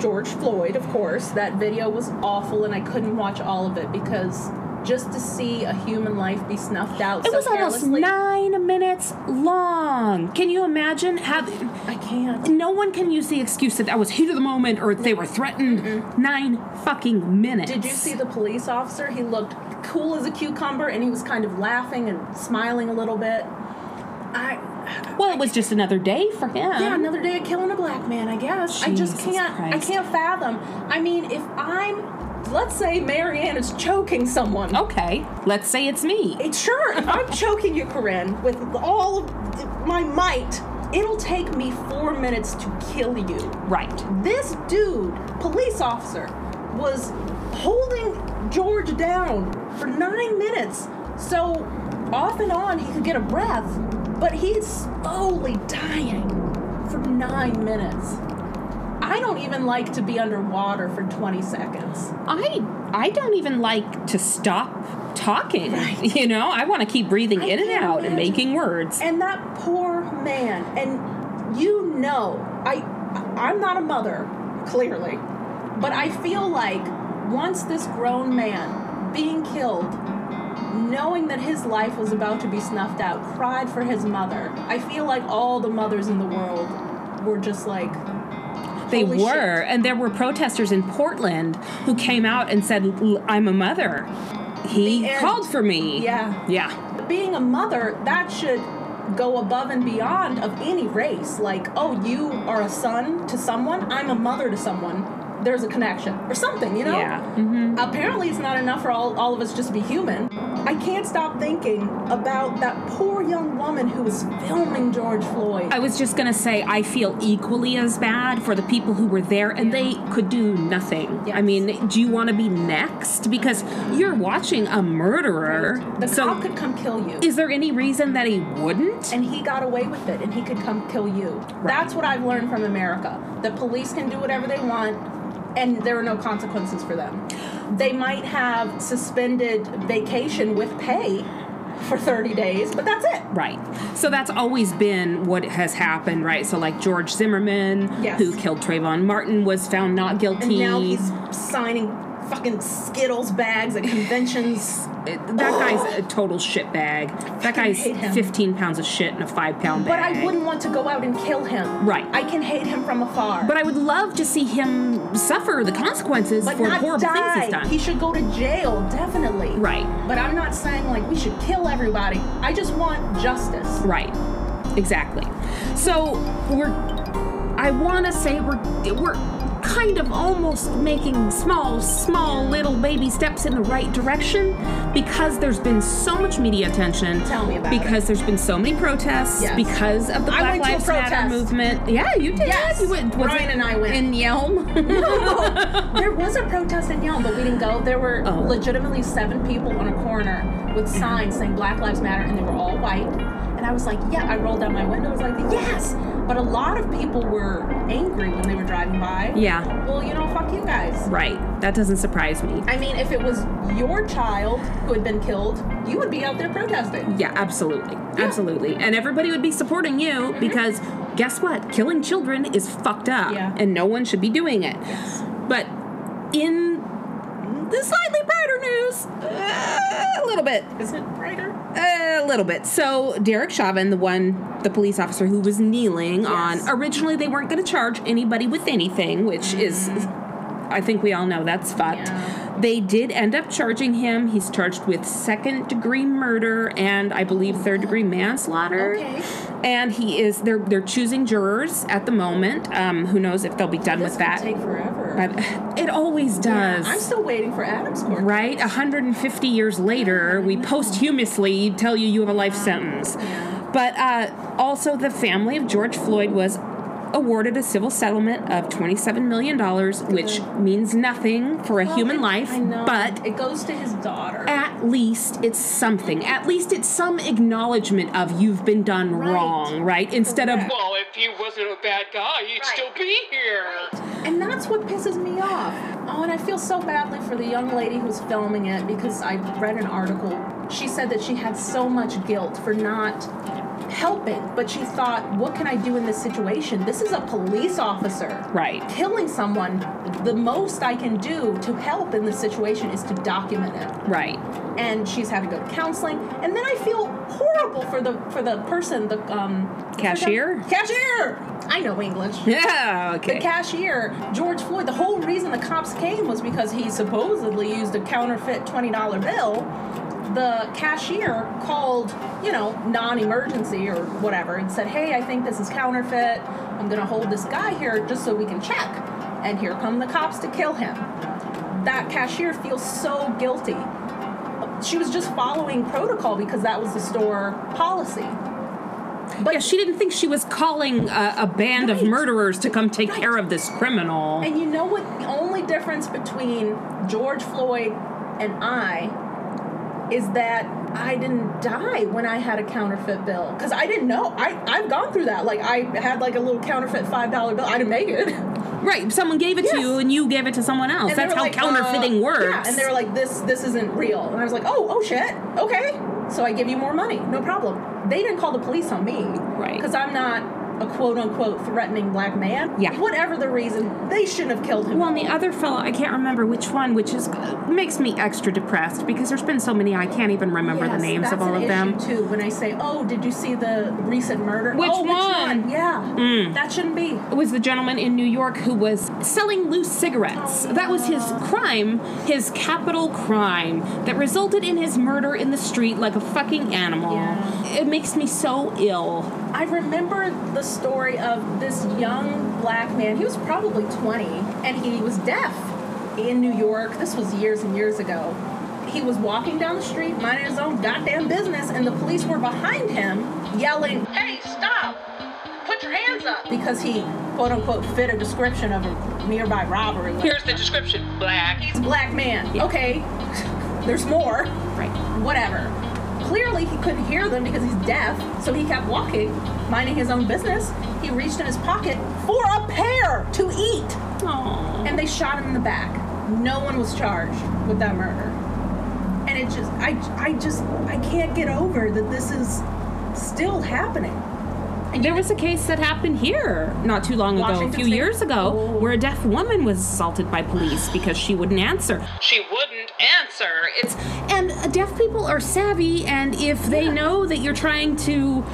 George Floyd, of course. That video was awful, and I couldn't watch all of it because just to see a human life be snuffed out
It
so
was almost
carelessly-
nine minutes long. Can you imagine? Have,
I can't.
no one can use the excuse that that was heat of the moment or they were threatened. Nine fucking minutes.
Did you see the police officer? He looked cool as a cucumber and he was kind of laughing and smiling a little bit. I
Well, it was just another day for him.
yeah, another day of killing a black man, I guess. I just
Jesus
can't
Christ.
I can't fathom. I mean, if I'm let's say Marianne is choking someone.
Okay, let's say it's me.
It, sure, if I'm choking you, Corinne, with all of my might, it'll take me four minutes to kill you.
Right.
This dude, police officer, was holding George down for nine minutes. So off and on, he could get a breath, but he's slowly dying for nine minutes. I don't even like to be underwater for 20 seconds.
I I don't even like to stop talking. You know, I want to keep breathing
I
in and
can't
out and
imagine.
making words.
And that poor man, and you know, I I'm not a mother, clearly, but I feel like once this grown man being killed knowing that his life was about to be snuffed out, cried for his mother. I feel like all the mothers in the world were just like,
They
Holy
were,
shit.
and there were protesters in Portland who came out and said, "L- "I'm a mother." He
The end.
called for me.
Yeah.
yeah.
being a mother, that should go above and beyond of any race. Like, oh, you are a son to someone, I'm a mother to someone. There's a connection or something, you know?
Yeah. Mm-hmm.
Apparently, it's not enough for all, all of us just to be human. I can't stop thinking about that poor young woman who was filming George Floyd.
I was just gonna say I feel equally as bad for the people who were there, and they could do nothing.
Yes.
I mean, do you want to be next? Because you're watching a murderer.
the
so,
cop could come kill you.
is there any reason that he wouldn't?
and he got away with it and he could come kill you. That's what I've learned from America. The police can do whatever they want and there are no consequences for them. They might have suspended vacation with pay for 30 days, but that's it.
Right. So that's always been what has happened, right? So like George Zimmerman,
Yes.
who killed Trayvon Martin, was found not guilty.
And now he's signing fucking Skittles bags at conventions.
It- that guy's a total shitbag. That guy's
hate him.
15 pounds of shit in a five pound
But
bag.
I wouldn't want to go out and kill him.
Right.
I can hate him from afar.
But I would love to see him suffer the consequences
but
for
not
horrible
die.
things he's done.
He should go to jail, definitely.
Right.
But I'm not saying like we should kill everybody. I just want justice.
Right. Exactly. So we're I want to say we're we're kind of almost making small small little baby steps in the right direction because there's been so much media attention
Tell me about
because there's been so many protests
Yes.
because of the
I
Black
went to a
Lives Matter
protest.
movement. Yeah, you did.
Yes.
You went, was
Brian
it
and I went.
in Yelm.
there was a protest in Yelm, but we didn't go. There were
Oh.
legitimately seven people on a corner with signs saying Black Lives Matter, and they were all white. And I was like, yeah. I rolled down my window. I was like, yes. But a lot of people were angry when they were driving by.
yeah.
Well, you know, fuck you guys.
Right. That doesn't surprise me.
I mean, if it was your child who had been killed, you would be out there protesting.
Yeah, absolutely. Absolutely. And everybody would be supporting you because guess what? Killing children is fucked up
Yeah.
and no one should be doing it. But in the slightly brighter news, uh, a little bit,
Is it brighter?
a little bit. So Derek Chauvin, the one, the police officer who was kneeling
Yes.
on, originally they weren't going to charge anybody with anything, which is, I think we all know that's fucked.
Mm-hmm. Yeah.
They did end up charging him. He's charged with second degree murder and I believe third degree manslaughter.
Okay.
And he is they're they're choosing jurors at the moment. Um, who knows if they'll be done
This
with
could
that?
take forever.
But it always does.
I'm still waiting for Adam's court.
Right? 150 years later, we posthumously tell you you have a life sentence. But uh, also, the family of George Floyd was awarded a civil settlement of $27 million, which means nothing for a
Well,
human
it-
life,
I know.
but
it goes to his daughter.
at least it's something. At least it's some acknowledgement of you've been done
Right.
wrong, right? Instead of
Correct.
Well, if he wasn't a bad guy, he'd still be here.
and that's what pisses me off. Oh, and I feel so badly for the young lady who's filming it because I read an article. She said that she had so much guilt for not helping, but she thought, what can I do in this situation? This is a police officer.
Right.
Killing someone, the most I can do to help in this situation is to document it.
right.
and she's had to go to counseling. And then I feel horrible for the for the person, the um
Cashier?
cashier. I know English.
Yeah, okay.
The cashier, George Floyd. The whole reason the cops came was because he supposedly used a counterfeit twenty dollar bill. The cashier called, you know, non-emergency or whatever, and said, "Hey, I think this is counterfeit. I'm gonna hold this guy here just so we can check." And here come the cops to kill him. That cashier feels so guilty she was just following protocol because that was the store policy. But
yeah, she didn't think she was calling a, a band of
Right.
murderers to come take
Right.
care of this criminal.
and you know what? The only difference between George Floyd and I is that I didn't die when I had a counterfeit bill because I didn't know. I I've gone through that. Like I had like a little counterfeit five dollar bill. I didn't make it.
Right, someone gave it
Yes.
to you and you gave it to someone
And
else.
they
That's
were
how
like,
counterfeiting
uh,
works.
Yeah, and they were like, "This this isn't real." And I was like, "Oh oh shit, okay." So I give you more money, no problem. They didn't call the police on me,
Right.
Because I'm not a quote unquote threatening black man.
Yeah.
Whatever the reason, they shouldn't have killed him.
Well, and the other fellow, I can't remember which one, which is makes me extra depressed because there's been so many I can't even remember the
Yes,
names
that's
of all
an
of them.
issue, too. When I say, "Oh, did you see the recent murder?"
Which
oh,
one? Hmm.
Yeah, that shouldn't be.
It was the gentleman in New York who was selling loose cigarettes. That was his crime, his capital crime that resulted in his murder in the street like a fucking animal.
Yeah.
It makes me so ill.
I remember the story of this young black man. He was probably 20 and he was deaf in New York. This was years and years ago. He was walking down the street, minding his own goddamn business, and the police were behind him yelling
Hey, stop! Put your hands up!
because he, quote unquote, fit a description of a nearby robbery.
Here's the description black.
He's a black man. Okay, there's more.
Right.
whatever. Clearly, he couldn't hear them because he's deaf, so he kept walking, minding his own business. He reached in his pocket for a pear to eat,
Aww.
and they shot him in the back. No one was charged with that murder. And it just, I, I just, I can't get over that this is still happening.
There was a case that happened here not too long ago, a
Washington
few
State?
years ago,
Oh.
where a deaf woman was assaulted by police because she wouldn't answer.
She wouldn't answer. It's
And uh, deaf people are savvy, and if they know that you're trying to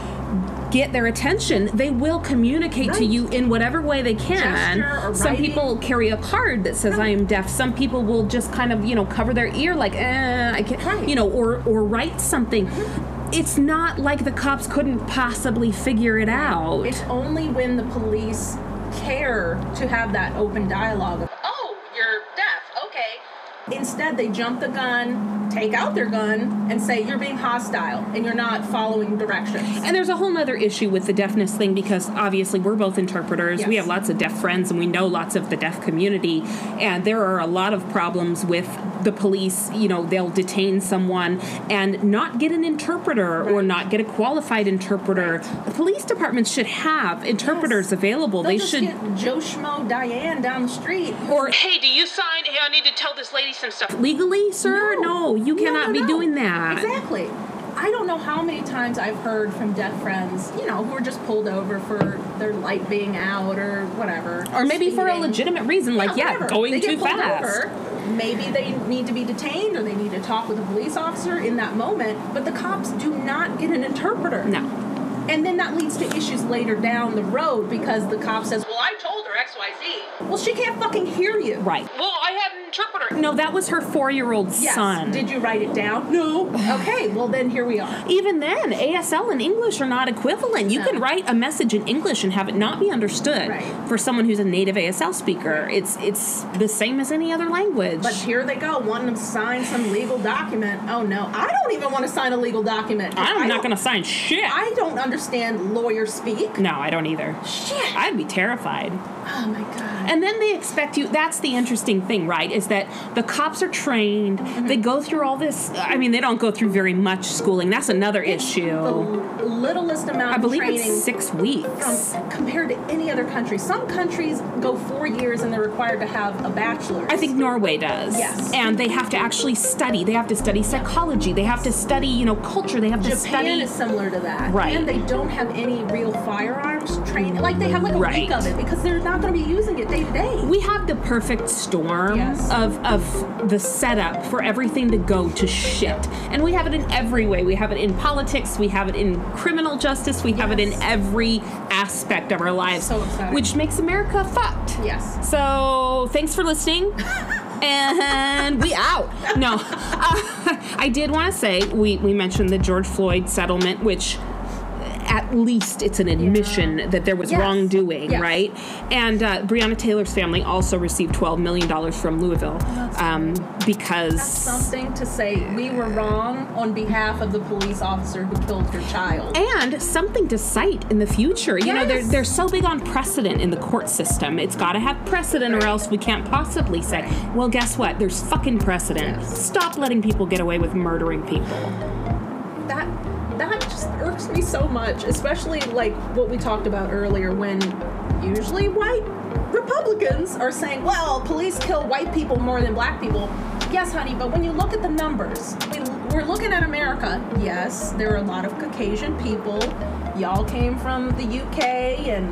get their attention, they will communicate to
Right.
you in whatever way they can.
Gesture or
Some
writing.
people carry a card that says "I am deaf." Some people will just kind of, you know, cover their ear like, eh, "I can't,"
Right.
you know, or or write something. It's not like the cops couldn't possibly figure it out.
It's only when the police care to have that open dialogue of,
oh, you're deaf. Okay.
Instead, they jump the gun, take out their gun, and say, You're being hostile and you're not following directions.
And there's a whole nother issue with the deafness thing because obviously we're both interpreters. We
Yes.
have lots of deaf friends and we know lots of the deaf community. And there are a lot of problems with the police. You know, they'll detain someone and not get an interpreter or not get a qualified interpreter. The police departments should have interpreters available.
They'll
they
just
should.
get Joe Schmo Diane down the street.
or
Hey, do you sign? Hey, I need to tell this lady some stuff.
legally, sir? No, you
No,
cannot
no,
be
no.
doing that.
Exactly. I don't know how many times I've heard from deaf friends, you know, who are just pulled over for their light being out or whatever.
Or maybe for a
speeding.
legitimate reason, like, yeah,
whatever.
going
They get
too
pulled
fast.
over. Maybe they need to be detained or they need to talk with a police officer in that moment, but the cops do not get an interpreter.
No.
And then that leads to issues later down the road because the cop says,
Well, I told her XYZ.
Well, she can't fucking hear you.
Right.
Well, I had an interpreter.
No, that was her four year old
Yes.
son.
Did you write it down? No. okay, well, then here we are.
Even then, ASL and English are not equivalent. You can write a message in English and have it not be understood
Right.
for someone who's a native ASL speaker. It's it's the same as any other language.
But here they go, wanting to sign some legal document. Oh no, I don't even want to sign a legal document.
I'm
I
not
don't-
going to sign shit.
I don't understand lawyer speak.
no, I don't either.
Shit.
I'd be terrified.
oh my god.
And then they expect you. That's the interesting thing, right? Is that the cops are trained.
Mm-hmm.
They go through all this. I mean, they don't go through very much schooling. That's another issue.
The littlest amount
I believe
of training
it's six weeks.
from, compared to any other country. Some countries go four years and they're required to have a bachelor's.
I think Norway does.
Yes.
And they have to actually study. They have to study psychology. They have to study, you know, culture. They have to
Japan
study.
is similar to that.
Right.
And they don't have any real firearms training. Like they have like a
Right.
week of it because they're not going to be using it day to day.
we have the perfect storm
Yes.
of, of the setup for everything to go to shit. And we have it in every way. We have it in politics, we have it in criminal justice, we have it in
Yes.
every aspect of our lives.
So upsetting.
Which makes America fucked.
Yes.
So thanks for listening. and we out. No, uh, I did want to say we we mentioned the George Floyd settlement, which at least it's an admission that there was
Yes.
wrongdoing,
Yes.
right? And uh, Breonna Taylor's family also received twelve million dollars from Louisville um, because.
Something to say we were wrong on behalf of the police officer who killed your child.
And something to cite in the future. You know, they're,
Yes.
they're so big on precedent in the court system. It's got to have precedent, or else we can't possibly say, well, guess what? There's fucking precedent. Stop letting people get away with murdering people.
that that just irks me so much, especially like what we talked about earlier when usually white Republicans are saying, "Well, police kill white people more than black people." Yes, honey, but when you look at the numbers, we, we're looking at America. Yes, there are a lot of Caucasian people. y'all came from the UK and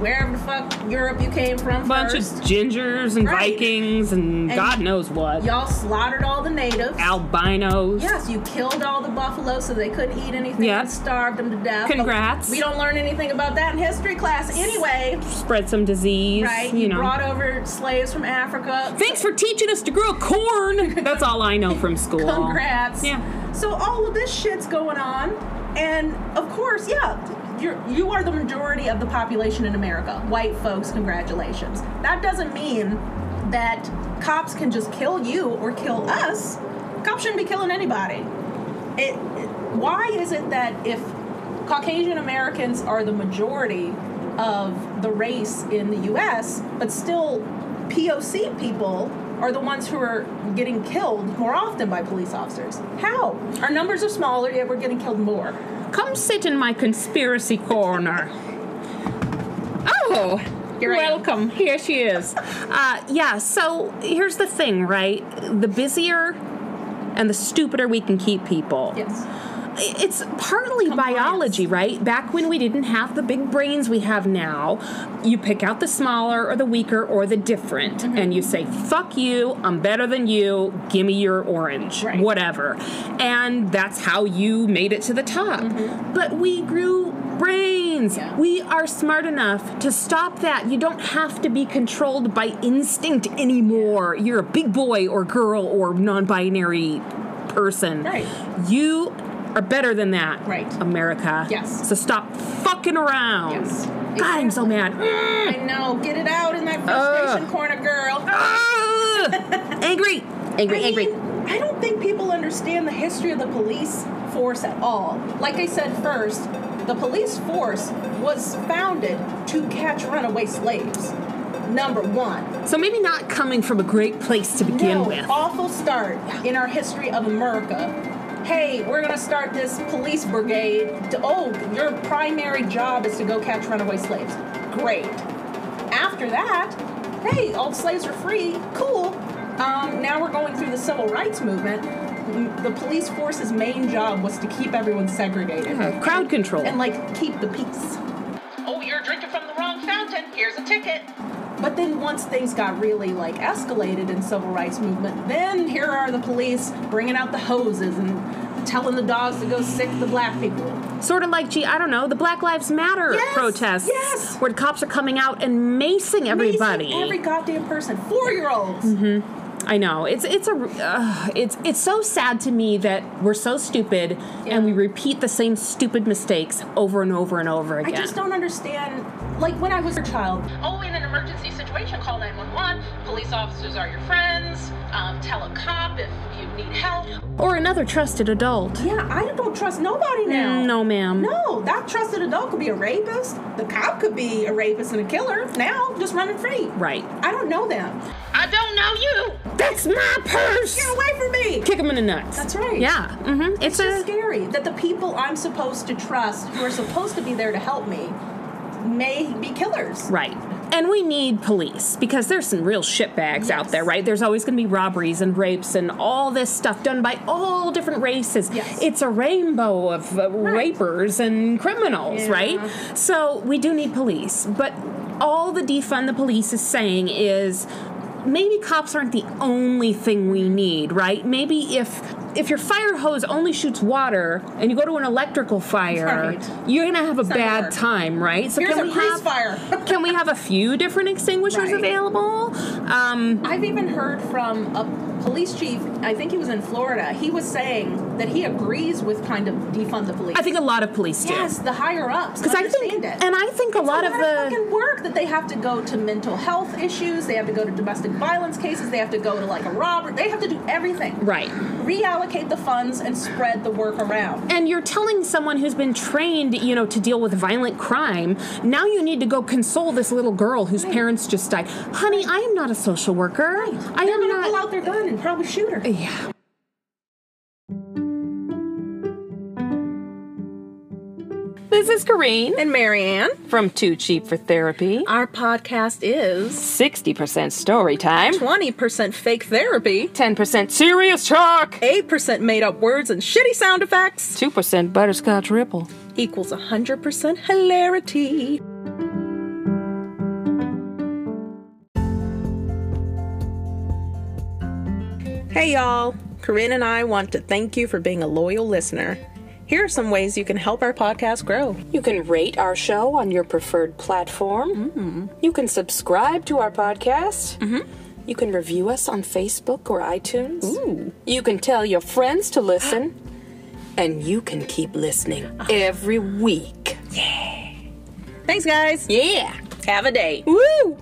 wherever the fuck Europe you came from
bunch
first.
of gingers and
Right.
Vikings and,
And
God knows what.
Y'all slaughtered all the natives.
Albinos.
Yes, you killed all the buffalo so they couldn't eat anything
Yeah.
and starved them to death.
Congrats.
We don't learn anything about that in history class anyway.
Spread some disease.
Right?
You,
You,
know.
brought over slaves from Africa.
Thanks for teaching us to grow corn. That's all I know from school.
Congrats.
Yeah.
So all of this shit's going on, and of course, yeah, you're you are the majority of the population in America. White folks, congratulations. That doesn't mean that cops can just kill you or kill us. Cops shouldn't be killing anybody. It, it- why is it that if Caucasian Americans are the majority of the race in the U.S., but still POC people are the ones who are getting killed more often by police officers? How? Our numbers are smaller, yet we're getting killed more.
Come sit in my conspiracy corner. Oh,
Here I am.
welcome. Here she is. Uh, yeah, so here's the thing, right? The busier and the stupider we can keep people.
Yes.
It's partly biology, right? Back when we didn't have the big brains we have now, you pick out the smaller or the weaker or the different,
Mm-hmm.
and you say, fuck you, I'm better than you, give me your orange,
Right.
whatever. And that's how you made it to the top. But we grew brains.
Mm-hmm. Yeah.
We are smart enough to stop that. You don't have to be controlled by instinct anymore. You're a big boy or girl or non binary person.
Right.
You are better than that.
Right.
America.
Yes.
So stop fucking around.
Yes.
God, I'm so mad. Mm.
I know. Get it out in that frustration corner, girl.
Ah! angry. Angry,
I
angry.
mean, I don't think people understand the history of the police force at all. Like I said first, the police force was founded to catch runaway slaves. Number one.
So maybe not coming from a great place to begin
No,
with.
Awful start in our history of America. Hey, we're gonna start this police brigade. To, oh, your primary job is to go catch runaway slaves. Great after that, hey, all slaves are free, cool. Um, now we're going through the civil rights movement. M- The police force's main job was to keep everyone segregated
Yeah, crowd control.
and like keep the peace.
Oh, you're drinking from the wrong fountain. Here's a ticket.
But then once things got really like escalated in civil rights movement, then here are the police bringing out the hoses and telling the dogs to go sick the black people.
sort of like, gee, I don't know, the Black Lives Matter
Yes,
protests,
yes.
where the cops are coming out and macing everybody. Mm-hmm.
Amazing, Every goddamn person. Four year olds.
I know it's it's a uh, it's it's so sad to me that we're so stupid and we repeat the same stupid mistakes over and over and over
I
again.
just don't understand. Like when I was a child,
Oh, in an emergency situation, call 911. Police officers are your friends. Um, tell a cop if you need help.
or another trusted adult.
Yeah, I don't trust nobody now.
Mm, No, ma'am.
No, that trusted adult could be a rapist. The cop could be a rapist and a killer. Now, just running free.
Right.
I don't know them.
I don't know you.
That's my purse.
Get away from me.
Kick him in the nuts.
That's right.
Yeah. Mm-hmm.
It's
It's,
just
a
scary that the people I'm supposed to trust, who are supposed to be there to help me, may be killers.
right. And we need police because there's some real shitbags out
Yes.
there, right? There's always going to be robberies and rapes and all this stuff done by all different races.
Yes.
It's a rainbow of uh, rapers and criminals,
Yeah.
right? So we do need police. But all the defund the police is saying is maybe cops aren't the only thing we need, right? Maybe if if your fire hose only shoots water and you go to an electrical fire,
Right.
you're going to have a
not gonna
bad
work.
time, right? So
Here's
can
a
we
grease
have
fire.
can we have a few different extinguishers
Right.
available? Um,
I've even heard from a police chief, I think he was in Florida, he was saying that he agrees with kind of defund the police.
I think a lot of police do.
Yes, the higher ups.
Because I
understand
think,
it.
and I think a lot of the
fucking work that they have to go to mental health issues, they have to go to domestic violence cases, they have to go to like a robbery, they have to do everything.
right.
Reallocate the funds and spread the work around.
And you're telling someone who's been trained, you know, to deal with violent crime, now you need to go console this little girl whose parents just died. Honey, I am not a social worker. I
They're
am
gonna pull
not.
out their gun and probably shoot her.
Yeah.
This is Corrine
And Marianne,
from Too Cheap for Therapy.
our podcast is
60% story time,
20% fake therapy,
10% serious talk,
8% made up words and shitty sound effects,
2% butterscotch ripple. equals 100% hilarity. Hey y'all! Corinne and I want to thank you for being a loyal listener. Here are some ways you can help our podcast grow.
You can rate our show on your preferred platform.
Mm-hmm.
You can subscribe to our podcast. You can review us on Facebook or iTunes. You can tell your friends to listen. and you can keep listening every week.
Thanks, guys!
Yeah.
Have a day! Woo!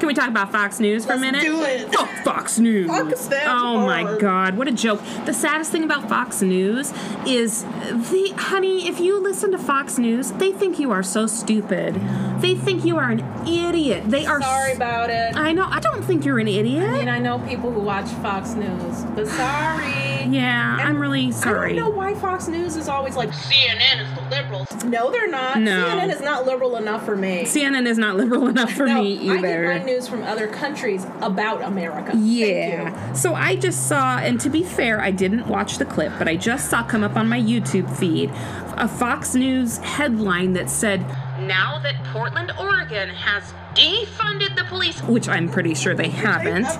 Can we talk about Fox News for a minute?
do it.
Fuck Fox News.
Fuck them
oh my
hard.
god, what a joke. The saddest thing about Fox News is the honey, if you listen to Fox News, they think you are so stupid. They think you are an idiot. They are
Sorry
s-
about it.
I know, I don't think you're an idiot.
And I know people who watch Fox News, but sorry.
yeah, I'm really
I
sorry.
don't know why Fox News is always like,
CNN is the liberals.
no, they're not.
No.
CNN is not liberal enough for me.
CNN is not liberal enough for
No,
me
I get
either.
my news from other countries about America. Thank you.
Yeah. So I just saw, and to be fair, I didn't watch the clip, but I just saw come up on my YouTube feed a Fox News headline that said, Now that Portland, Oregon has defunded the police, which I'm pretty sure they haven't,
G-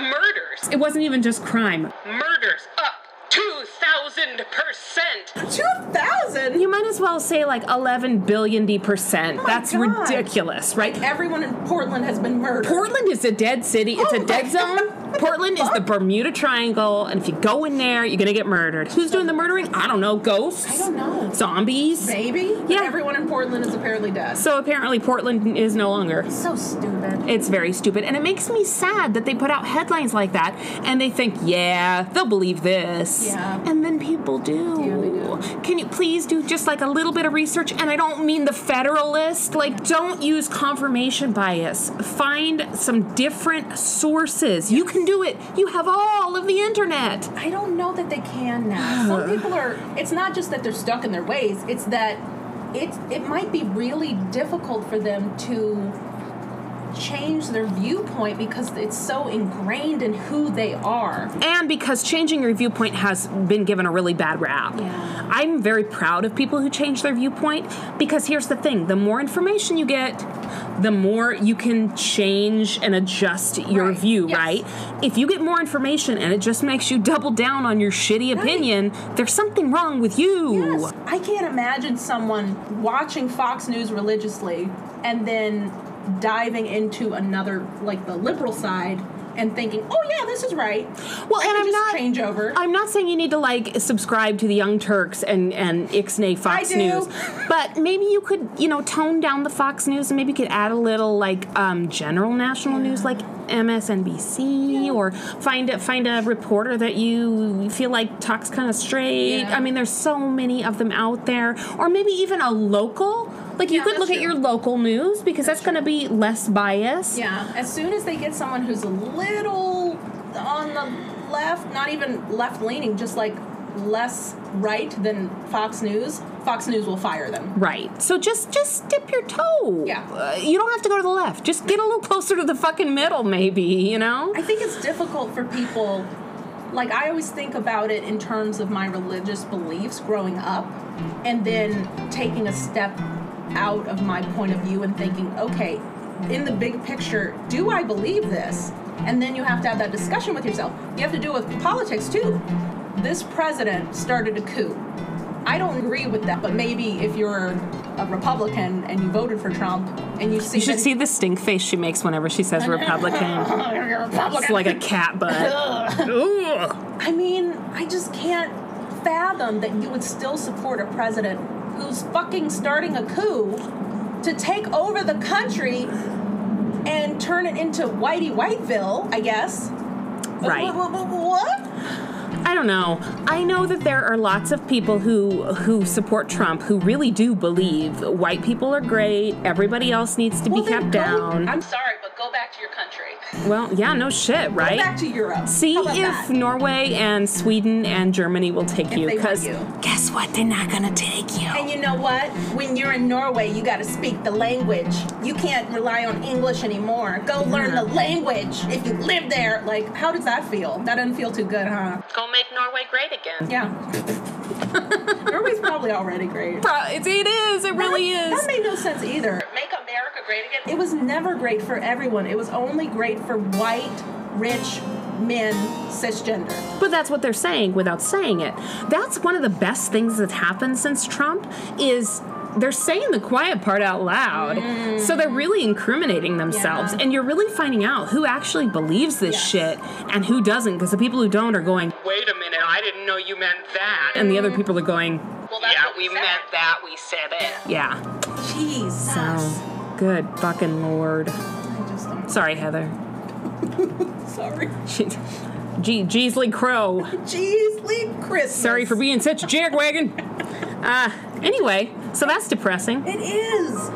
Murders.
it wasn't even just crime.
Murders up 2,000%.
Two thousand.
You might as well say like 11 billion D percent. That's
Oh God.
ridiculous, right?
Everyone in Portland has been murdered.
Portland is a dead city. It's
Oh
a dead
my
zone. Portland is the Bermuda Triangle, and if you go in there, you're gonna get murdered. Who's doing the murdering? I don't know. Ghosts. I
don't know.
Zombies.
Maybe. But
Yeah.
Everyone in Portland is apparently dead.
So apparently, Portland is no longer.
So stupid.
It's very stupid, and it makes me sad that they put out headlines like that, and they think, yeah, they'll believe this.
Yeah.
And then people do. Can you please do just like a little bit of research? And I don't mean the Federalist. Like, don't use confirmation bias. Find some different sources. You can do it. You have all of the internet.
I don't know that they can now. Some people are. It's not just that they're stuck in their ways. It's that it's it might be really difficult for them to change their viewpoint because it's so ingrained in who they are.
And because changing your viewpoint has been given a really bad rap.
Yeah.
I'm very proud of people who change their viewpoint because here's the thing the more information you get, the more you can change and adjust your
Right.
view,
Yes.
right? If you get more information and it just makes you double down on your shitty opinion, there's something wrong with you.
Yes. I can't imagine someone watching Fox News religiously and then diving into another, like the liberal side, and thinking, "Oh yeah, this is right."
Well,
I
and
can
I'm
just
not
change over.
I'm not saying you need to like subscribe to the Young Turks and and Ixnay Fox
do.
News, but maybe you could you know tone down the Fox News and maybe you could add a little like um, general national news like MSNBC or find a, find a reporter that you feel like talks kind of straight.
Yeah.
I mean, there's so many of them out there, or maybe even a local. Like you could
that's
look at
true.
your local news because that's going to be less biased.
Yeah, as soon as they get someone who's a little on the left, not even left leaning, just like less right than Fox News, Fox News will fire them.
Right. So just just dip your toe.
Yeah.
Uh, you don't have to go to the left. Just get a little closer to the fucking middle, maybe. You know.
I think it's difficult for people. Like, I always think about it in terms of my religious beliefs growing up, and then taking a step out of my point of view and thinking, okay, in the big picture, do I believe this? And then you have to have that discussion with yourself. You have to do it with politics too. This president started a coup. I don't agree with that, but maybe if you're a Republican and you voted for Trump and you see
You should
that-
see the stink face she makes whenever she says Republican. It's like a cat butt. Ooh.
I mean, I just can't fathom that you would still support a president who's fucking starting a coup to take over the country and turn it into Whitey Whiteville, I guess.
Right.
Wh- wh- wh- What?
I don't know. I know that there are lots of people who who support Trump who really do believe white people are great. Everybody else needs to
Well,
be
then
kept
go-
down.
I'm sorry, but go back to your country.
Well, yeah, no shit, right?
Back to Europe.
See
How
if
about that?
Norway and Sweden and Germany will take you.
they want
Because
you.
guess what? They're not gonna take you.
And you know what? When you're in Norway, you got to speak the language. You can't rely on English anymore. Go learn the language if you live there. Like, how does that feel? That doesn't feel too good, huh?
Go make Norway great again.
Yeah. Norway's probably already great.
Bro, it's, Uh, it is. It really
That-
is.
That made no sense either.
Make America great again.
It was never great for everyone. It was only great for white, rich men, cisgender.
But that's what they're saying without saying it. That's one of the best things that's happened since Trump is they're saying the quiet part out loud. So they're really incriminating themselves and you're really finding out who actually believes this shit and who doesn't because the people who don't are going
Wait a minute, I didn't know you meant that.
and the other people are going,
well, that's yeah, we meant that. We said it.
yeah.
Jeez.
So good fucking lord. Sorry, Heather.
Sorry.
She, Gee, Jeasley Crow.
Jeez, leave Christmas.
Sorry for being such a jagwagon. Uh, anyway, so that's depressing.
It is.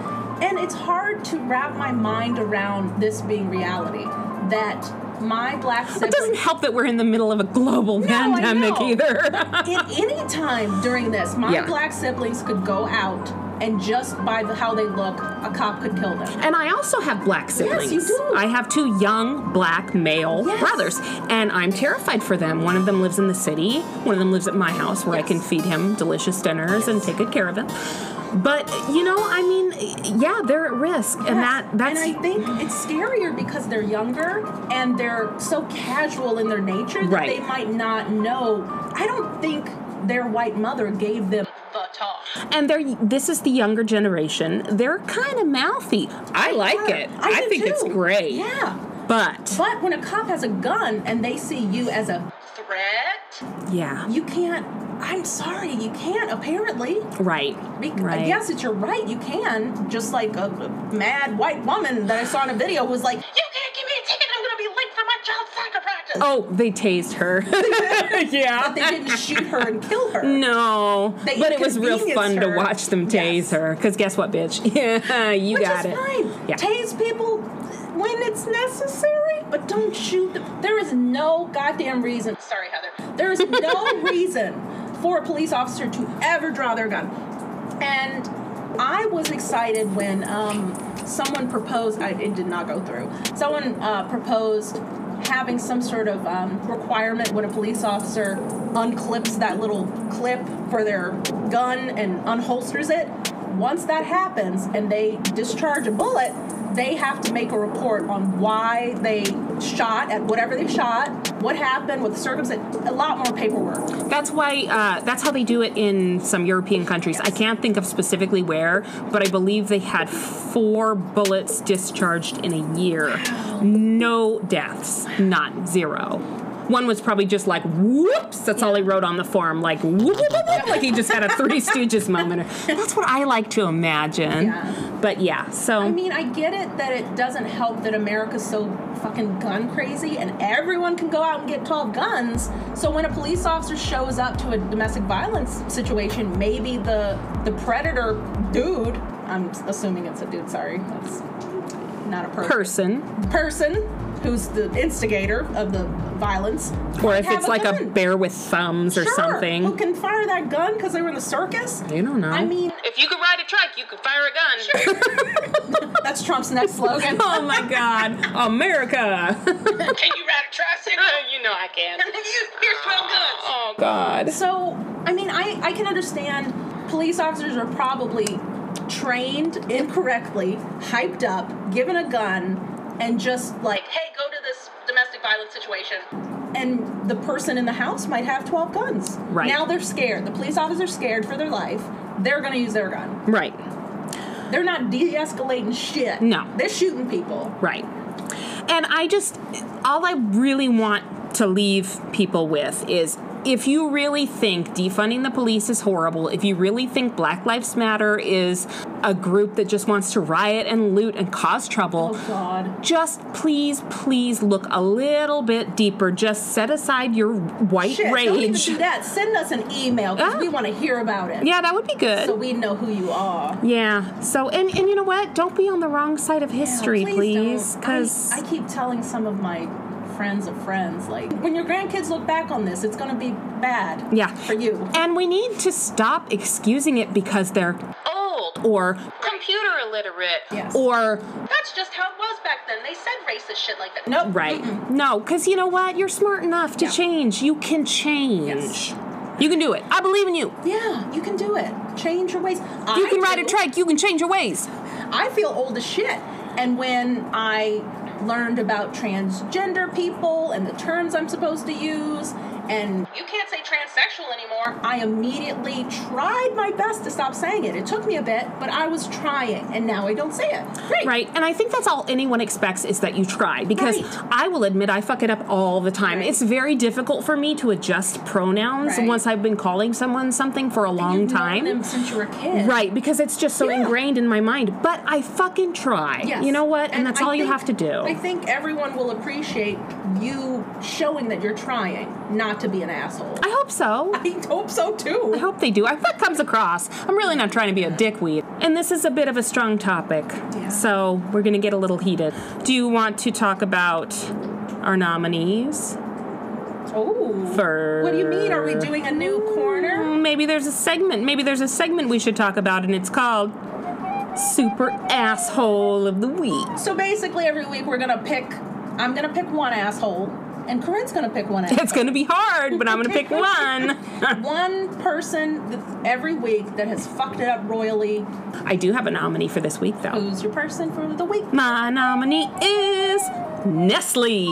And it's hard to wrap my mind around this being reality. That my black
It doesn't
sibling
help that we're in the middle of a global
I
pandemic
know.
either.
at any time during this, my
Yeah.
black siblings could go out and just by the, how they look, a cop could kill them.
and I also have black siblings.
you do.
I have two young black male
Yes.
brothers, and I'm terrified for them. One of them lives in the city, one of them lives at my house where I can feed him delicious dinners and take good care of him. But you know, I mean, yeah, they're at risk, and that that's
and I think it's scarier because they're younger and they're so casual in their nature that
Right.
they might not know. I don't think their white mother gave them the talk.
and they're this is the younger generation. They're kind of mouthy. I like it. I,
do
think it's
too.
great.
Yeah.
But
But when a cop has a gun and they see you as a
Threat?
yeah,
you can't i'm sorry you can't apparently
right.
Be-
right.
yes it's your right you can just like a, a mad white woman that i saw in a video was like
You can't give me a ticket. I'm going to be late for my child's soccer practice.
Oh, they tased her. yeah.
they didn't shoot her and kill her
No,
They
but it was real
inconvenienced
fun to
her.
watch them tase
Yes.
her. Cause guess what, bitch? Yeah, you
which
got
is
it.
fine
Yeah.
tase people when it's necessary but don't shoot them there is no goddamn reason sorry heather there is no reason for a police officer to ever draw their gun and I was excited when um, someone proposed. I, it did not go through. Someone uh, proposed having some sort of um, requirement when a police officer unclips that little clip for their gun and unholsters it. Once that happens and they discharge a bullet, they have to make a report on why they shot at whatever they shot, what happened, what the circumstance, a lot more paperwork.
That's why. Uh, that's how they do it in some European countries. I can't think of specifically where, but I believe they had four bullets discharged in a year. No deaths. Not zero. One was probably just like whoops. That's all he wrote on the form, like whoop, whoop, whoop, whoop, like he just had a Three Stooges moment. That's what I like to imagine. But yeah, so
I mean, I get it that it doesn't help that America's so fucking gun crazy and everyone can go out and get 12 guns. So when a police officer shows up to a domestic violence situation, maybe the the predator dude, I'm assuming it's a dude, sorry. That's not a person.
person.
person who's the instigator of the violence.
Or if
have
it's like a
gun.
bear with thumbs or
Sure,
something.
Who can fire that gun because they were in the circus?
I don't know.
I mean,
If you could ride a truck, you could fire a gun.
that's Trump's next slogan.
oh my God, America!
Can you ride a tricycle? you know I can. Here's 12 guns. Oh,
God.
So, I mean, I, I can understand police officers are probably trained incorrectly, hyped up, given a gun, and just like,
Hey, go to this domestic violence situation.
and the person in the house might have 12 guns.
Right.
Now they're scared. The police officers are scared for their life. They're going to use their gun.
Right,
They're not de escalating shit.
No.
They're shooting people.
right. And I just, all I really want to leave people with is if you really think defunding the police is horrible, if you really think Black Lives Matter is a group that just wants to riot and loot and cause trouble,
Oh, God.
just please, please look a little bit deeper. Just set aside your white
Shit,
rage.
don't even do that. Send us an email because
Ah.
we want to hear about it.
yeah, that would be good.
So we know who you are.
yeah. So and and you know what? Don't be on the wrong side of history,
Yeah,
please,
don't.
because
I, I keep telling some of my friends of friends, like, when your grandkids look back on this, it's going to be bad.
yeah,
For you.
And we need to stop excusing it because they're
Old.
or
Computer illiterate.
Yes.
or
That's just how it was back then. They said racist shit like that.
nope.
right. No, because you know what? You're smart enough to change. You can change. You can do it. I believe in you.
Yeah, you can do it. Change your ways. You
You
I
can ride a
do.
trike. You can change your ways.
I feel old as shit. And when I learned about transgender people and the terms I'm supposed to use, and
You can't say transsexual anymore.
I immediately tried my best to stop saying it. It took me a bit, but I was trying, and now I don't say it. Great.
Right. And I think that's all anyone expects is that you try because
Right.
I will admit I fuck it up all the time. It's very difficult for me to adjust pronouns
Right.
once I've been calling someone something for a long
You've known
time.
them since you were a kid.
Right, because it's just so
Yeah.
ingrained in my mind. But I fucking try.
Yes.
You know what? And, that's
I
all you
think-
have to do.
I think everyone will appreciate you showing that you're trying not to be an asshole.
I hope so.
I hope so too.
I hope they do. I hope that comes across. I'm really not trying to be a dickweed. And this is a bit of a strong topic. So we're going to get a little heated. Do you want to talk about our nominees?
oh.
For.
What do you mean? Are we doing a new corner?
Maybe there's a segment. Maybe there's a segment we should talk about, and it's called Super Asshole of the Week.
So basically, every week we're gonna pick. I'm gonna pick one asshole, and Corinne's gonna pick one asshole.
It's going to be hard, but I'm going to pick one.
one person that every week that has fucked it up royally.
I do have a nominee for this week, though.
Who's your person for the week?
My nominee is Nestle.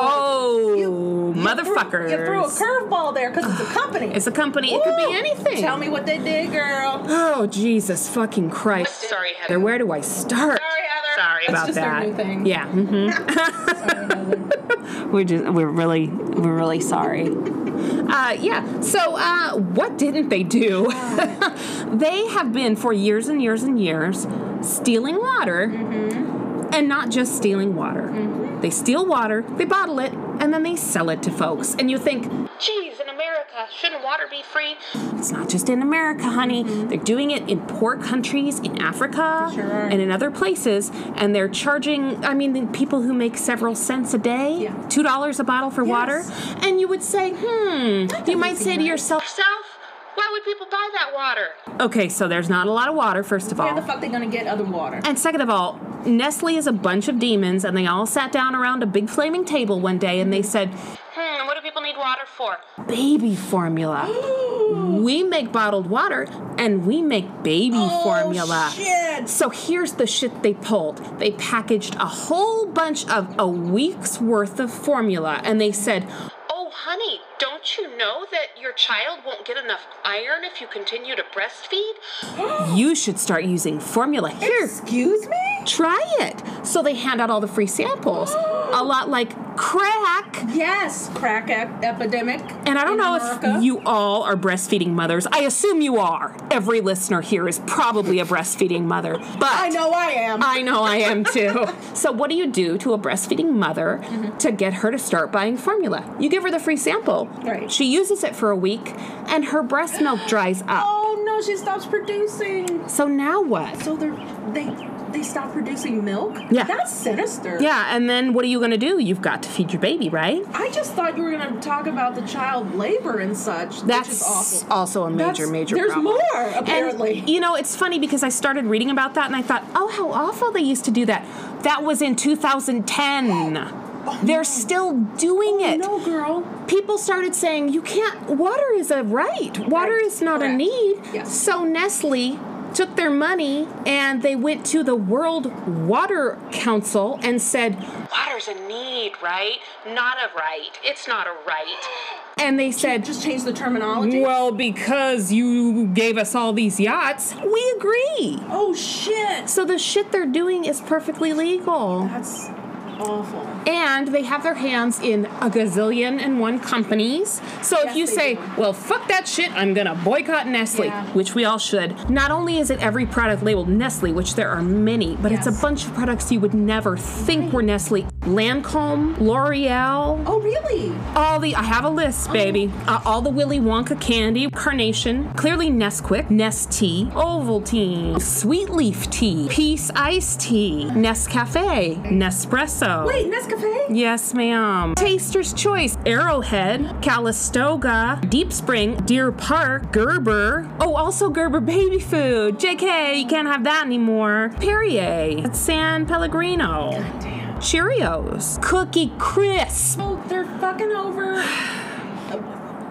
Oh, motherfuckers.
You threw a curveball there because it's a company.
It's a company. It could
Woo!
be anything.
Tell me what they did, girl.
Oh, Jesus fucking Christ.
Sorry, Heather.
There, where do I start
Sorry, Heather.
Sorry.
about
just their
that?
new thing.
Yeah. hmm we're just we're really we're really sorry. Uh, yeah. So uh, what didn't they do? they have been for years and years and years stealing water,
Mm-hmm.
and not just stealing water. They steal water, they bottle it, and then they sell it to folks. And you think,
Jeez, in America, shouldn't water be free?
It's not just in America, honey.
Mm-hmm.
They're doing it in poor countries, in Africa, and in other places, and they're charging, I mean, the people who make several cents a day,
Yeah.
$2 a bottle for water. And you would say, hmm, you might say to yourself,
Self? Why would people buy that water?
okay, so there's not a lot of water, first of
Where the
all.
fuck they gonna get other water?
And second of all, Nestle is a bunch of demons, and they all sat down around a big flaming table one day and they
Mm-hmm.
said,
Hmm, what do people need water for?
baby formula. we make bottled water and we make baby formula.
Oh, shit.
So here's the shit they pulled. They packaged a whole bunch of a week's worth of formula and they said,
Oh, honey, don't you know that your child won't get enough iron if you continue to breastfeed?
you should start using formula. Here,
Excuse me?
try it. So they hand out all the free samples.
Oh.
a lot like crack.
Yes, crack ep- epidemic.
And I don't
in
know
America.
if you all are breastfeeding mothers. I assume you are. Every listener here is probably a breastfeeding mother. But
I know I am.
I know I am too. so, what do you do to a breastfeeding mother
Mm-hmm.
to get her to start buying formula? You give her the free sample.
Right.
She uses it for a week and her breast milk dries up.
oh no, she stops producing.
So, now what?
Oh. So they're they they stop producing milk.
Yeah.
that's sinister.
yeah, and then what are you gonna do? You've got to feed your baby, right?
I just thought you were gonna talk about the child labor and such. which is
That's
awful.
also a major,
That's-
major
There's
problem.
more apparently.
And, you know, it's funny because I started reading about that and I thought, oh, how awful they used to do that. That was in 2010. They're still doing it.
Oh, no, girl.
people started saying you can't water is a right water
Right.
is not
Correct.
a need
Yes.
so nestle took their money and they went to the world water council and said
Water's a need, right? Not a right. It's not a right.
and they said
Just change the terminology.
well because you gave us all these yachts we agree
Oh shit.
so the shit they're doing is perfectly legal
That's awful.
and they have their hands in a gazillion and one companies. So if you say, well, fuck that shit, I'm gonna boycott Nestle, which we all should, not only is it every product labeled Nestle, which there are many, but it's a bunch of products you would never think were Nestle. Lancome, L'Oreal,
Oh, really?
all the, I have a list, baby. Uh, all the Willy Wonka candy, Carnation, clearly Nesquik, Nest Tea, Ovaltine, Sweet Leaf Tea, Peace Iced Tea, Nescafe, Nespresso.
Wait, Nescafe?
Yes, ma'am. Taster's Choice, Arrowhead, Calistoga, Deep Spring, Deer Park, Gerber. Oh, also Gerber Baby Food. JK, you can't have that anymore. Perrier, San Pellegrino. Cheerios, Cookie Crisp.
Oh, they're fucking over uh,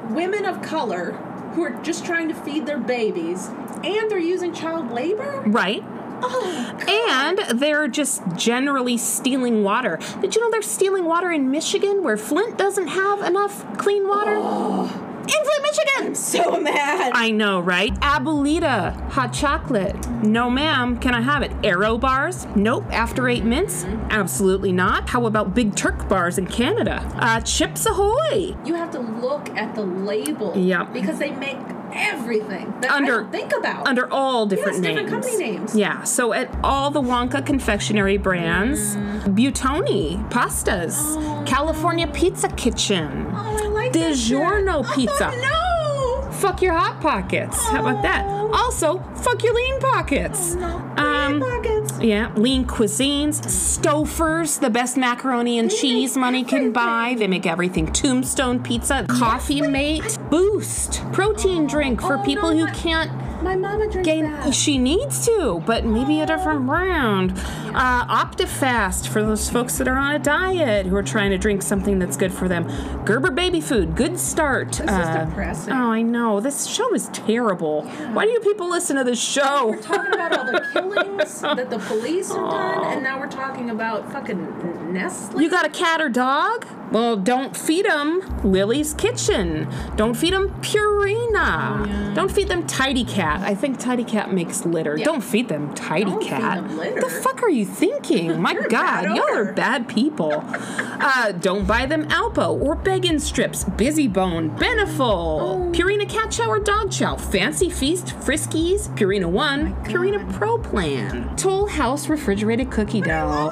women of color who are just trying to feed their babies, and they're using child labor.
Right?
Oh,
And they're just generally stealing water. Did you know they're stealing water in Michigan where Flint doesn't have enough clean water? In Flint, Michigan!
Oh. so mad.
I know, right? Abuelita, hot chocolate. No, ma'am. Can I have it? Arrow bars? Nope. After eight mints?
Mm-hmm.
Absolutely not. How about Big Turk bars in Canada? Uh, Chips Ahoy.
You have to look at the label.
Yeah.
Because they make everything that I
Under-
don't think about.
Under all different
yes,
names.
different company names.
Yeah, so at all the Wonka confectionery brands,
Mm.
Butoni pastas, California Pizza Kitchen,
Oh, I like that shit.
DiGiorno pizza.
Oh, no. Oh.
Fuck your hot pockets. How about that? Also, fuck your lean pockets. um,
Pockets.
Yeah, lean cuisines, Stofers, the best macaroni and cheese money can buy. They make everything. Tombstone pizza, Coffee Mate, Boost, protein drink for
Oh,
people
no,
who
my-
can't
My mama drinks
gain.
that.
She needs to, but maybe a different brand. Uh, Optifast for those folks that are on a diet who are trying to drink something that's good for them. Gerber Baby Food, Good Start. This
is depressing.
Oh, I know. This show is terrible. Why do you people listen to this show?
We're talking about all the killings that the police have done, and now we're talking about fucking Nestle.
You got a cat or dog? Well, don't feed them Lily's Kitchen. Don't feed them
Oh,
Purina. Don't feed them Tidy Cat. I think Tidy Cat makes litter. Don't feed them Tidy
Don't feed
Cat.
them
What
litter.
the fuck are you thinking? My God,
bad
y'all
owner.
are bad people. uh, don't buy them Alpo or Beggin Strips, Busy Bone, Beneful,
Oh.
Purina Cat Chow or Dog Chow, Fancy Feast, Friskies, Purina
Oh
One, Purina Pro Plan, Toll House Refrigerated Cookie Dough.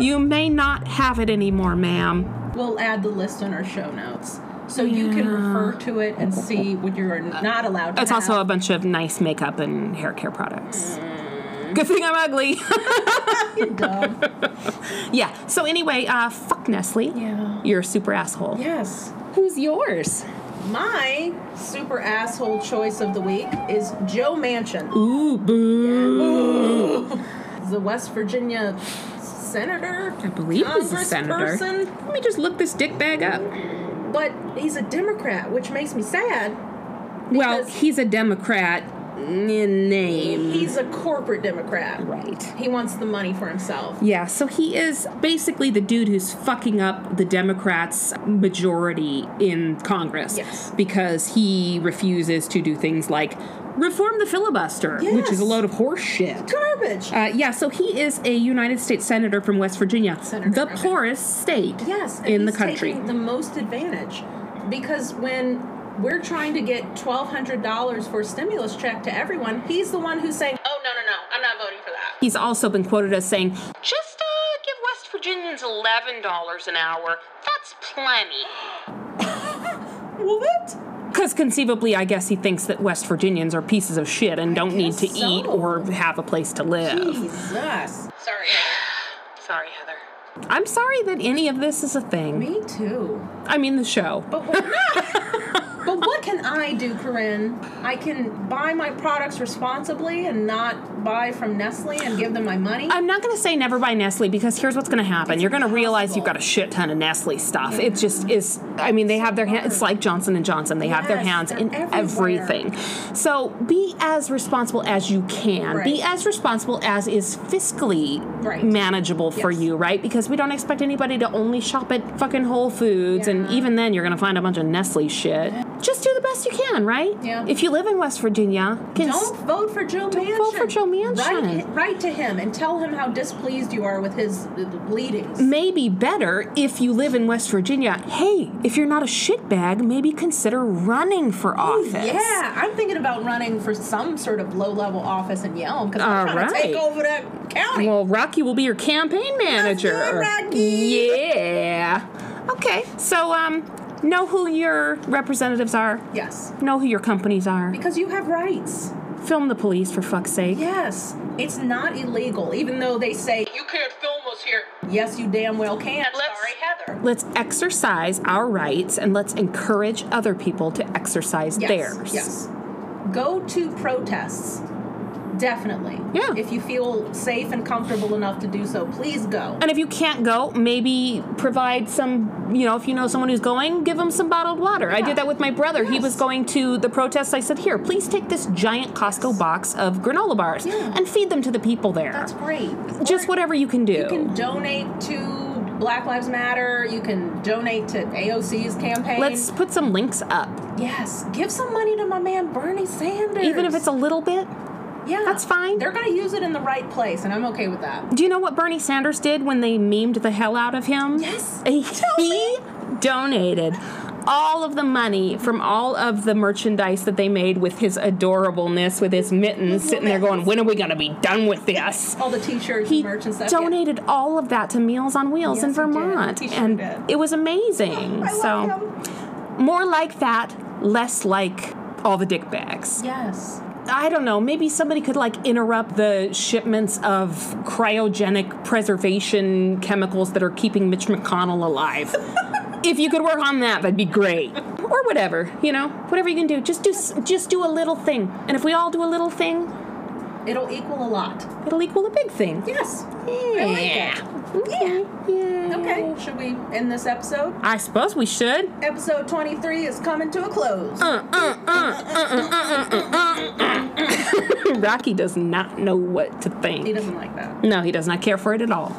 You may not have it anymore, ma'am.
We'll add the list on our show notes. So you can refer to it and see what you're not allowed to
It's also a bunch of nice makeup and hair care products.
Mm.
Good thing I'm ugly.
dumb.
yeah. So anyway, uh, fuck Nestle.
Yeah.
You're a super asshole.
Yes.
Who's yours?
My super asshole choice of the week is Joe Manchin.
Ooh, boo.
the West Virginia senator.
I believe he's a senator.
congressperson,
Let me just look this dick bag up.
But he's a Democrat, which makes me sad.
well,
Because-
he's a Democrat in name.
He's a corporate Democrat.
right.
He wants the money for himself.
Yeah, so he is basically the dude who's fucking up the Democrats' majority in Congress.
Yes.
Because he refuses to do things like reform the filibuster, which is a
Yes.
load of horse shit.
Garbage.
Uh, yeah, so he is a United States senator from West Virginia,
Senator,
the
okay.
poorest state
yes, and
in the
he's
country.
taking the most advantage because when we're trying to get twelve hundred dollars for a stimulus check to everyone, he's the one who's saying,
Oh, no, no, no. I'm not voting for that.
He's also been quoted as saying,
Just uh, give West Virginians $11 an hour. That's plenty.
"Well, what?
because conceivably, I guess he thinks that West Virginians are pieces of shit and don't need
guess
to eat
so.
or have a place to live.
Jesus."
Sorry, Heather. Sorry, Heather.
I'm sorry that any of this is a thing.
Me too.
I mean, the show.
But what, but what can I do, Corinne? I can buy my products responsibly and not buy from Nestle and give them my money.
I'm not going to say never buy Nestle because here's what's going to happen. You're going to realize you've got a shit ton of Nestle stuff. It just is. I mean, they have their hands. It's like Johnson and Johnson. They have their
Yes,
hands
they're
in
everywhere.
everything. So be as responsible as you can. Be
Right.
as responsible as is fiscally
Right.
manageable for
Yes.
you, right? Because we don't expect anybody to only shop at fucking Whole Foods, and
Yeah.
even then, you're going to find a bunch of Nestle shit. just do the best you can, right?
Yeah.
If you live in West Virginia, can s-
Don't vote for Joe Manchin.
vote for Joe Manchin.
Write, write to him and tell him how displeased you are with his uh, bleedings.
maybe better if you live in West Virginia. Hey, if you're not a shitbag, maybe consider running for office.
Oh, Yeah, I'm thinking about running for some sort of low-level office in Yelm because I'm
All
trying to take
right.
over that county.
Well, Rocky will be your campaign manager.
do it, Rocky.
Yeah. Okay. So um know who your representatives are.
yes,
Know who your companies are.
because you have rights.
Film the police for fuck's sake.
Yes, it's not illegal, even though they say
You can't film us here.
yes, you damn well can.
And let's-
Sorry, Heather.
Let's exercise our rights and let's encourage other people to exercise
Yes,
theirs.
Yes. Go to protests. Definitely.
Yeah.
If you feel safe and comfortable enough to do so, please go.
And if you can't go, maybe provide some, you know, if you know someone who's going, give them some bottled water. I did that with my brother. He was going to the protests. I said, here, please take this giant Costco box of granola bars and feed them to the people there.
That's great.
Just
Or
whatever you can do.
You can donate to Black Lives Matter. You can donate to AOC's campaign.
Let's put some links up.
yes, give some money to my man Bernie Sanders.
Even if it's a little bit.
yeah,
that's fine.
They're gonna use it in the right place, and I'm okay with that.
Do you know what Bernie Sanders did when they memed the hell out of him?
Yes.
He donated all of the money from all of the merchandise that they made with his adorableness, with his mittens, sitting there going, When are we going to be done with this?
All the T-shirts,
He
and merch, and stuff. yeah.
donated all of that to Meals on Wheels in
Yes, he did.
Vermont.
He sure
And
did.
it was amazing.
I
so,
love him.
more like that, less like all the dick bags.
Yes.
I don't know, maybe somebody could like interrupt the shipments of cryogenic preservation chemicals that are keeping Mitch McConnell alive. if you could work on that, that'd be great. Or whatever, you know, whatever you can do. Just do s- just do a little thing. And if we all do a little thing,
It'll equal a lot.
it'll equal a big thing.
Yes.
Yeah.
like it.
Okay. Yeah.
Okay. Should we end this episode?
I suppose we should.
Episode 23 is coming to a close.
Uh.
uh,
Rocky does not know what to
uh, He
think.
doesn't like that.
No, he does not care for it at all.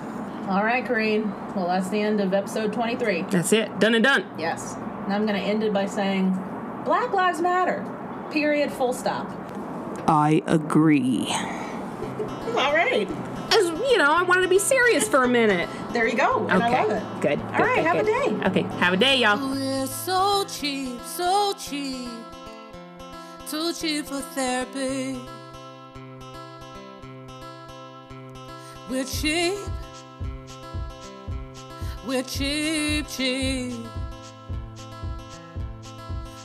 All right, Corrine. Well, that's the end of episode 23.
That's it. Done and done.
Yes. And I'm going to end it by saying Black Lives Matter. Period. Full stop.
I agree.
All right.
As, you know, I wanted to be serious for a minute.
There you go. And I love it.
Good.
All right. have a day.
Okay. Have a day, y'all.
We're so cheap, so cheap, too cheap for therapy. We're cheap, we're cheap, cheap.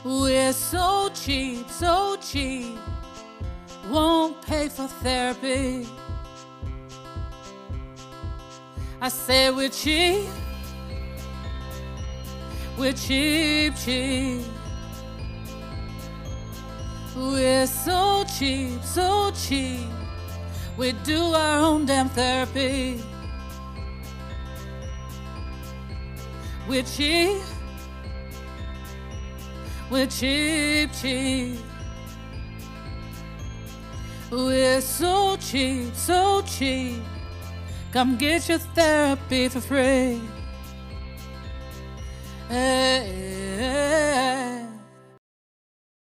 We're so cheap, so cheap, won't pay for therapy. I say we're cheap. We're cheap, cheap. We're so cheap, so cheap. We do our own damn therapy. We're cheap. We're cheap, cheap. We're so cheap, so cheap. Come get your Eh, therapy for free. Hey, hey, eh.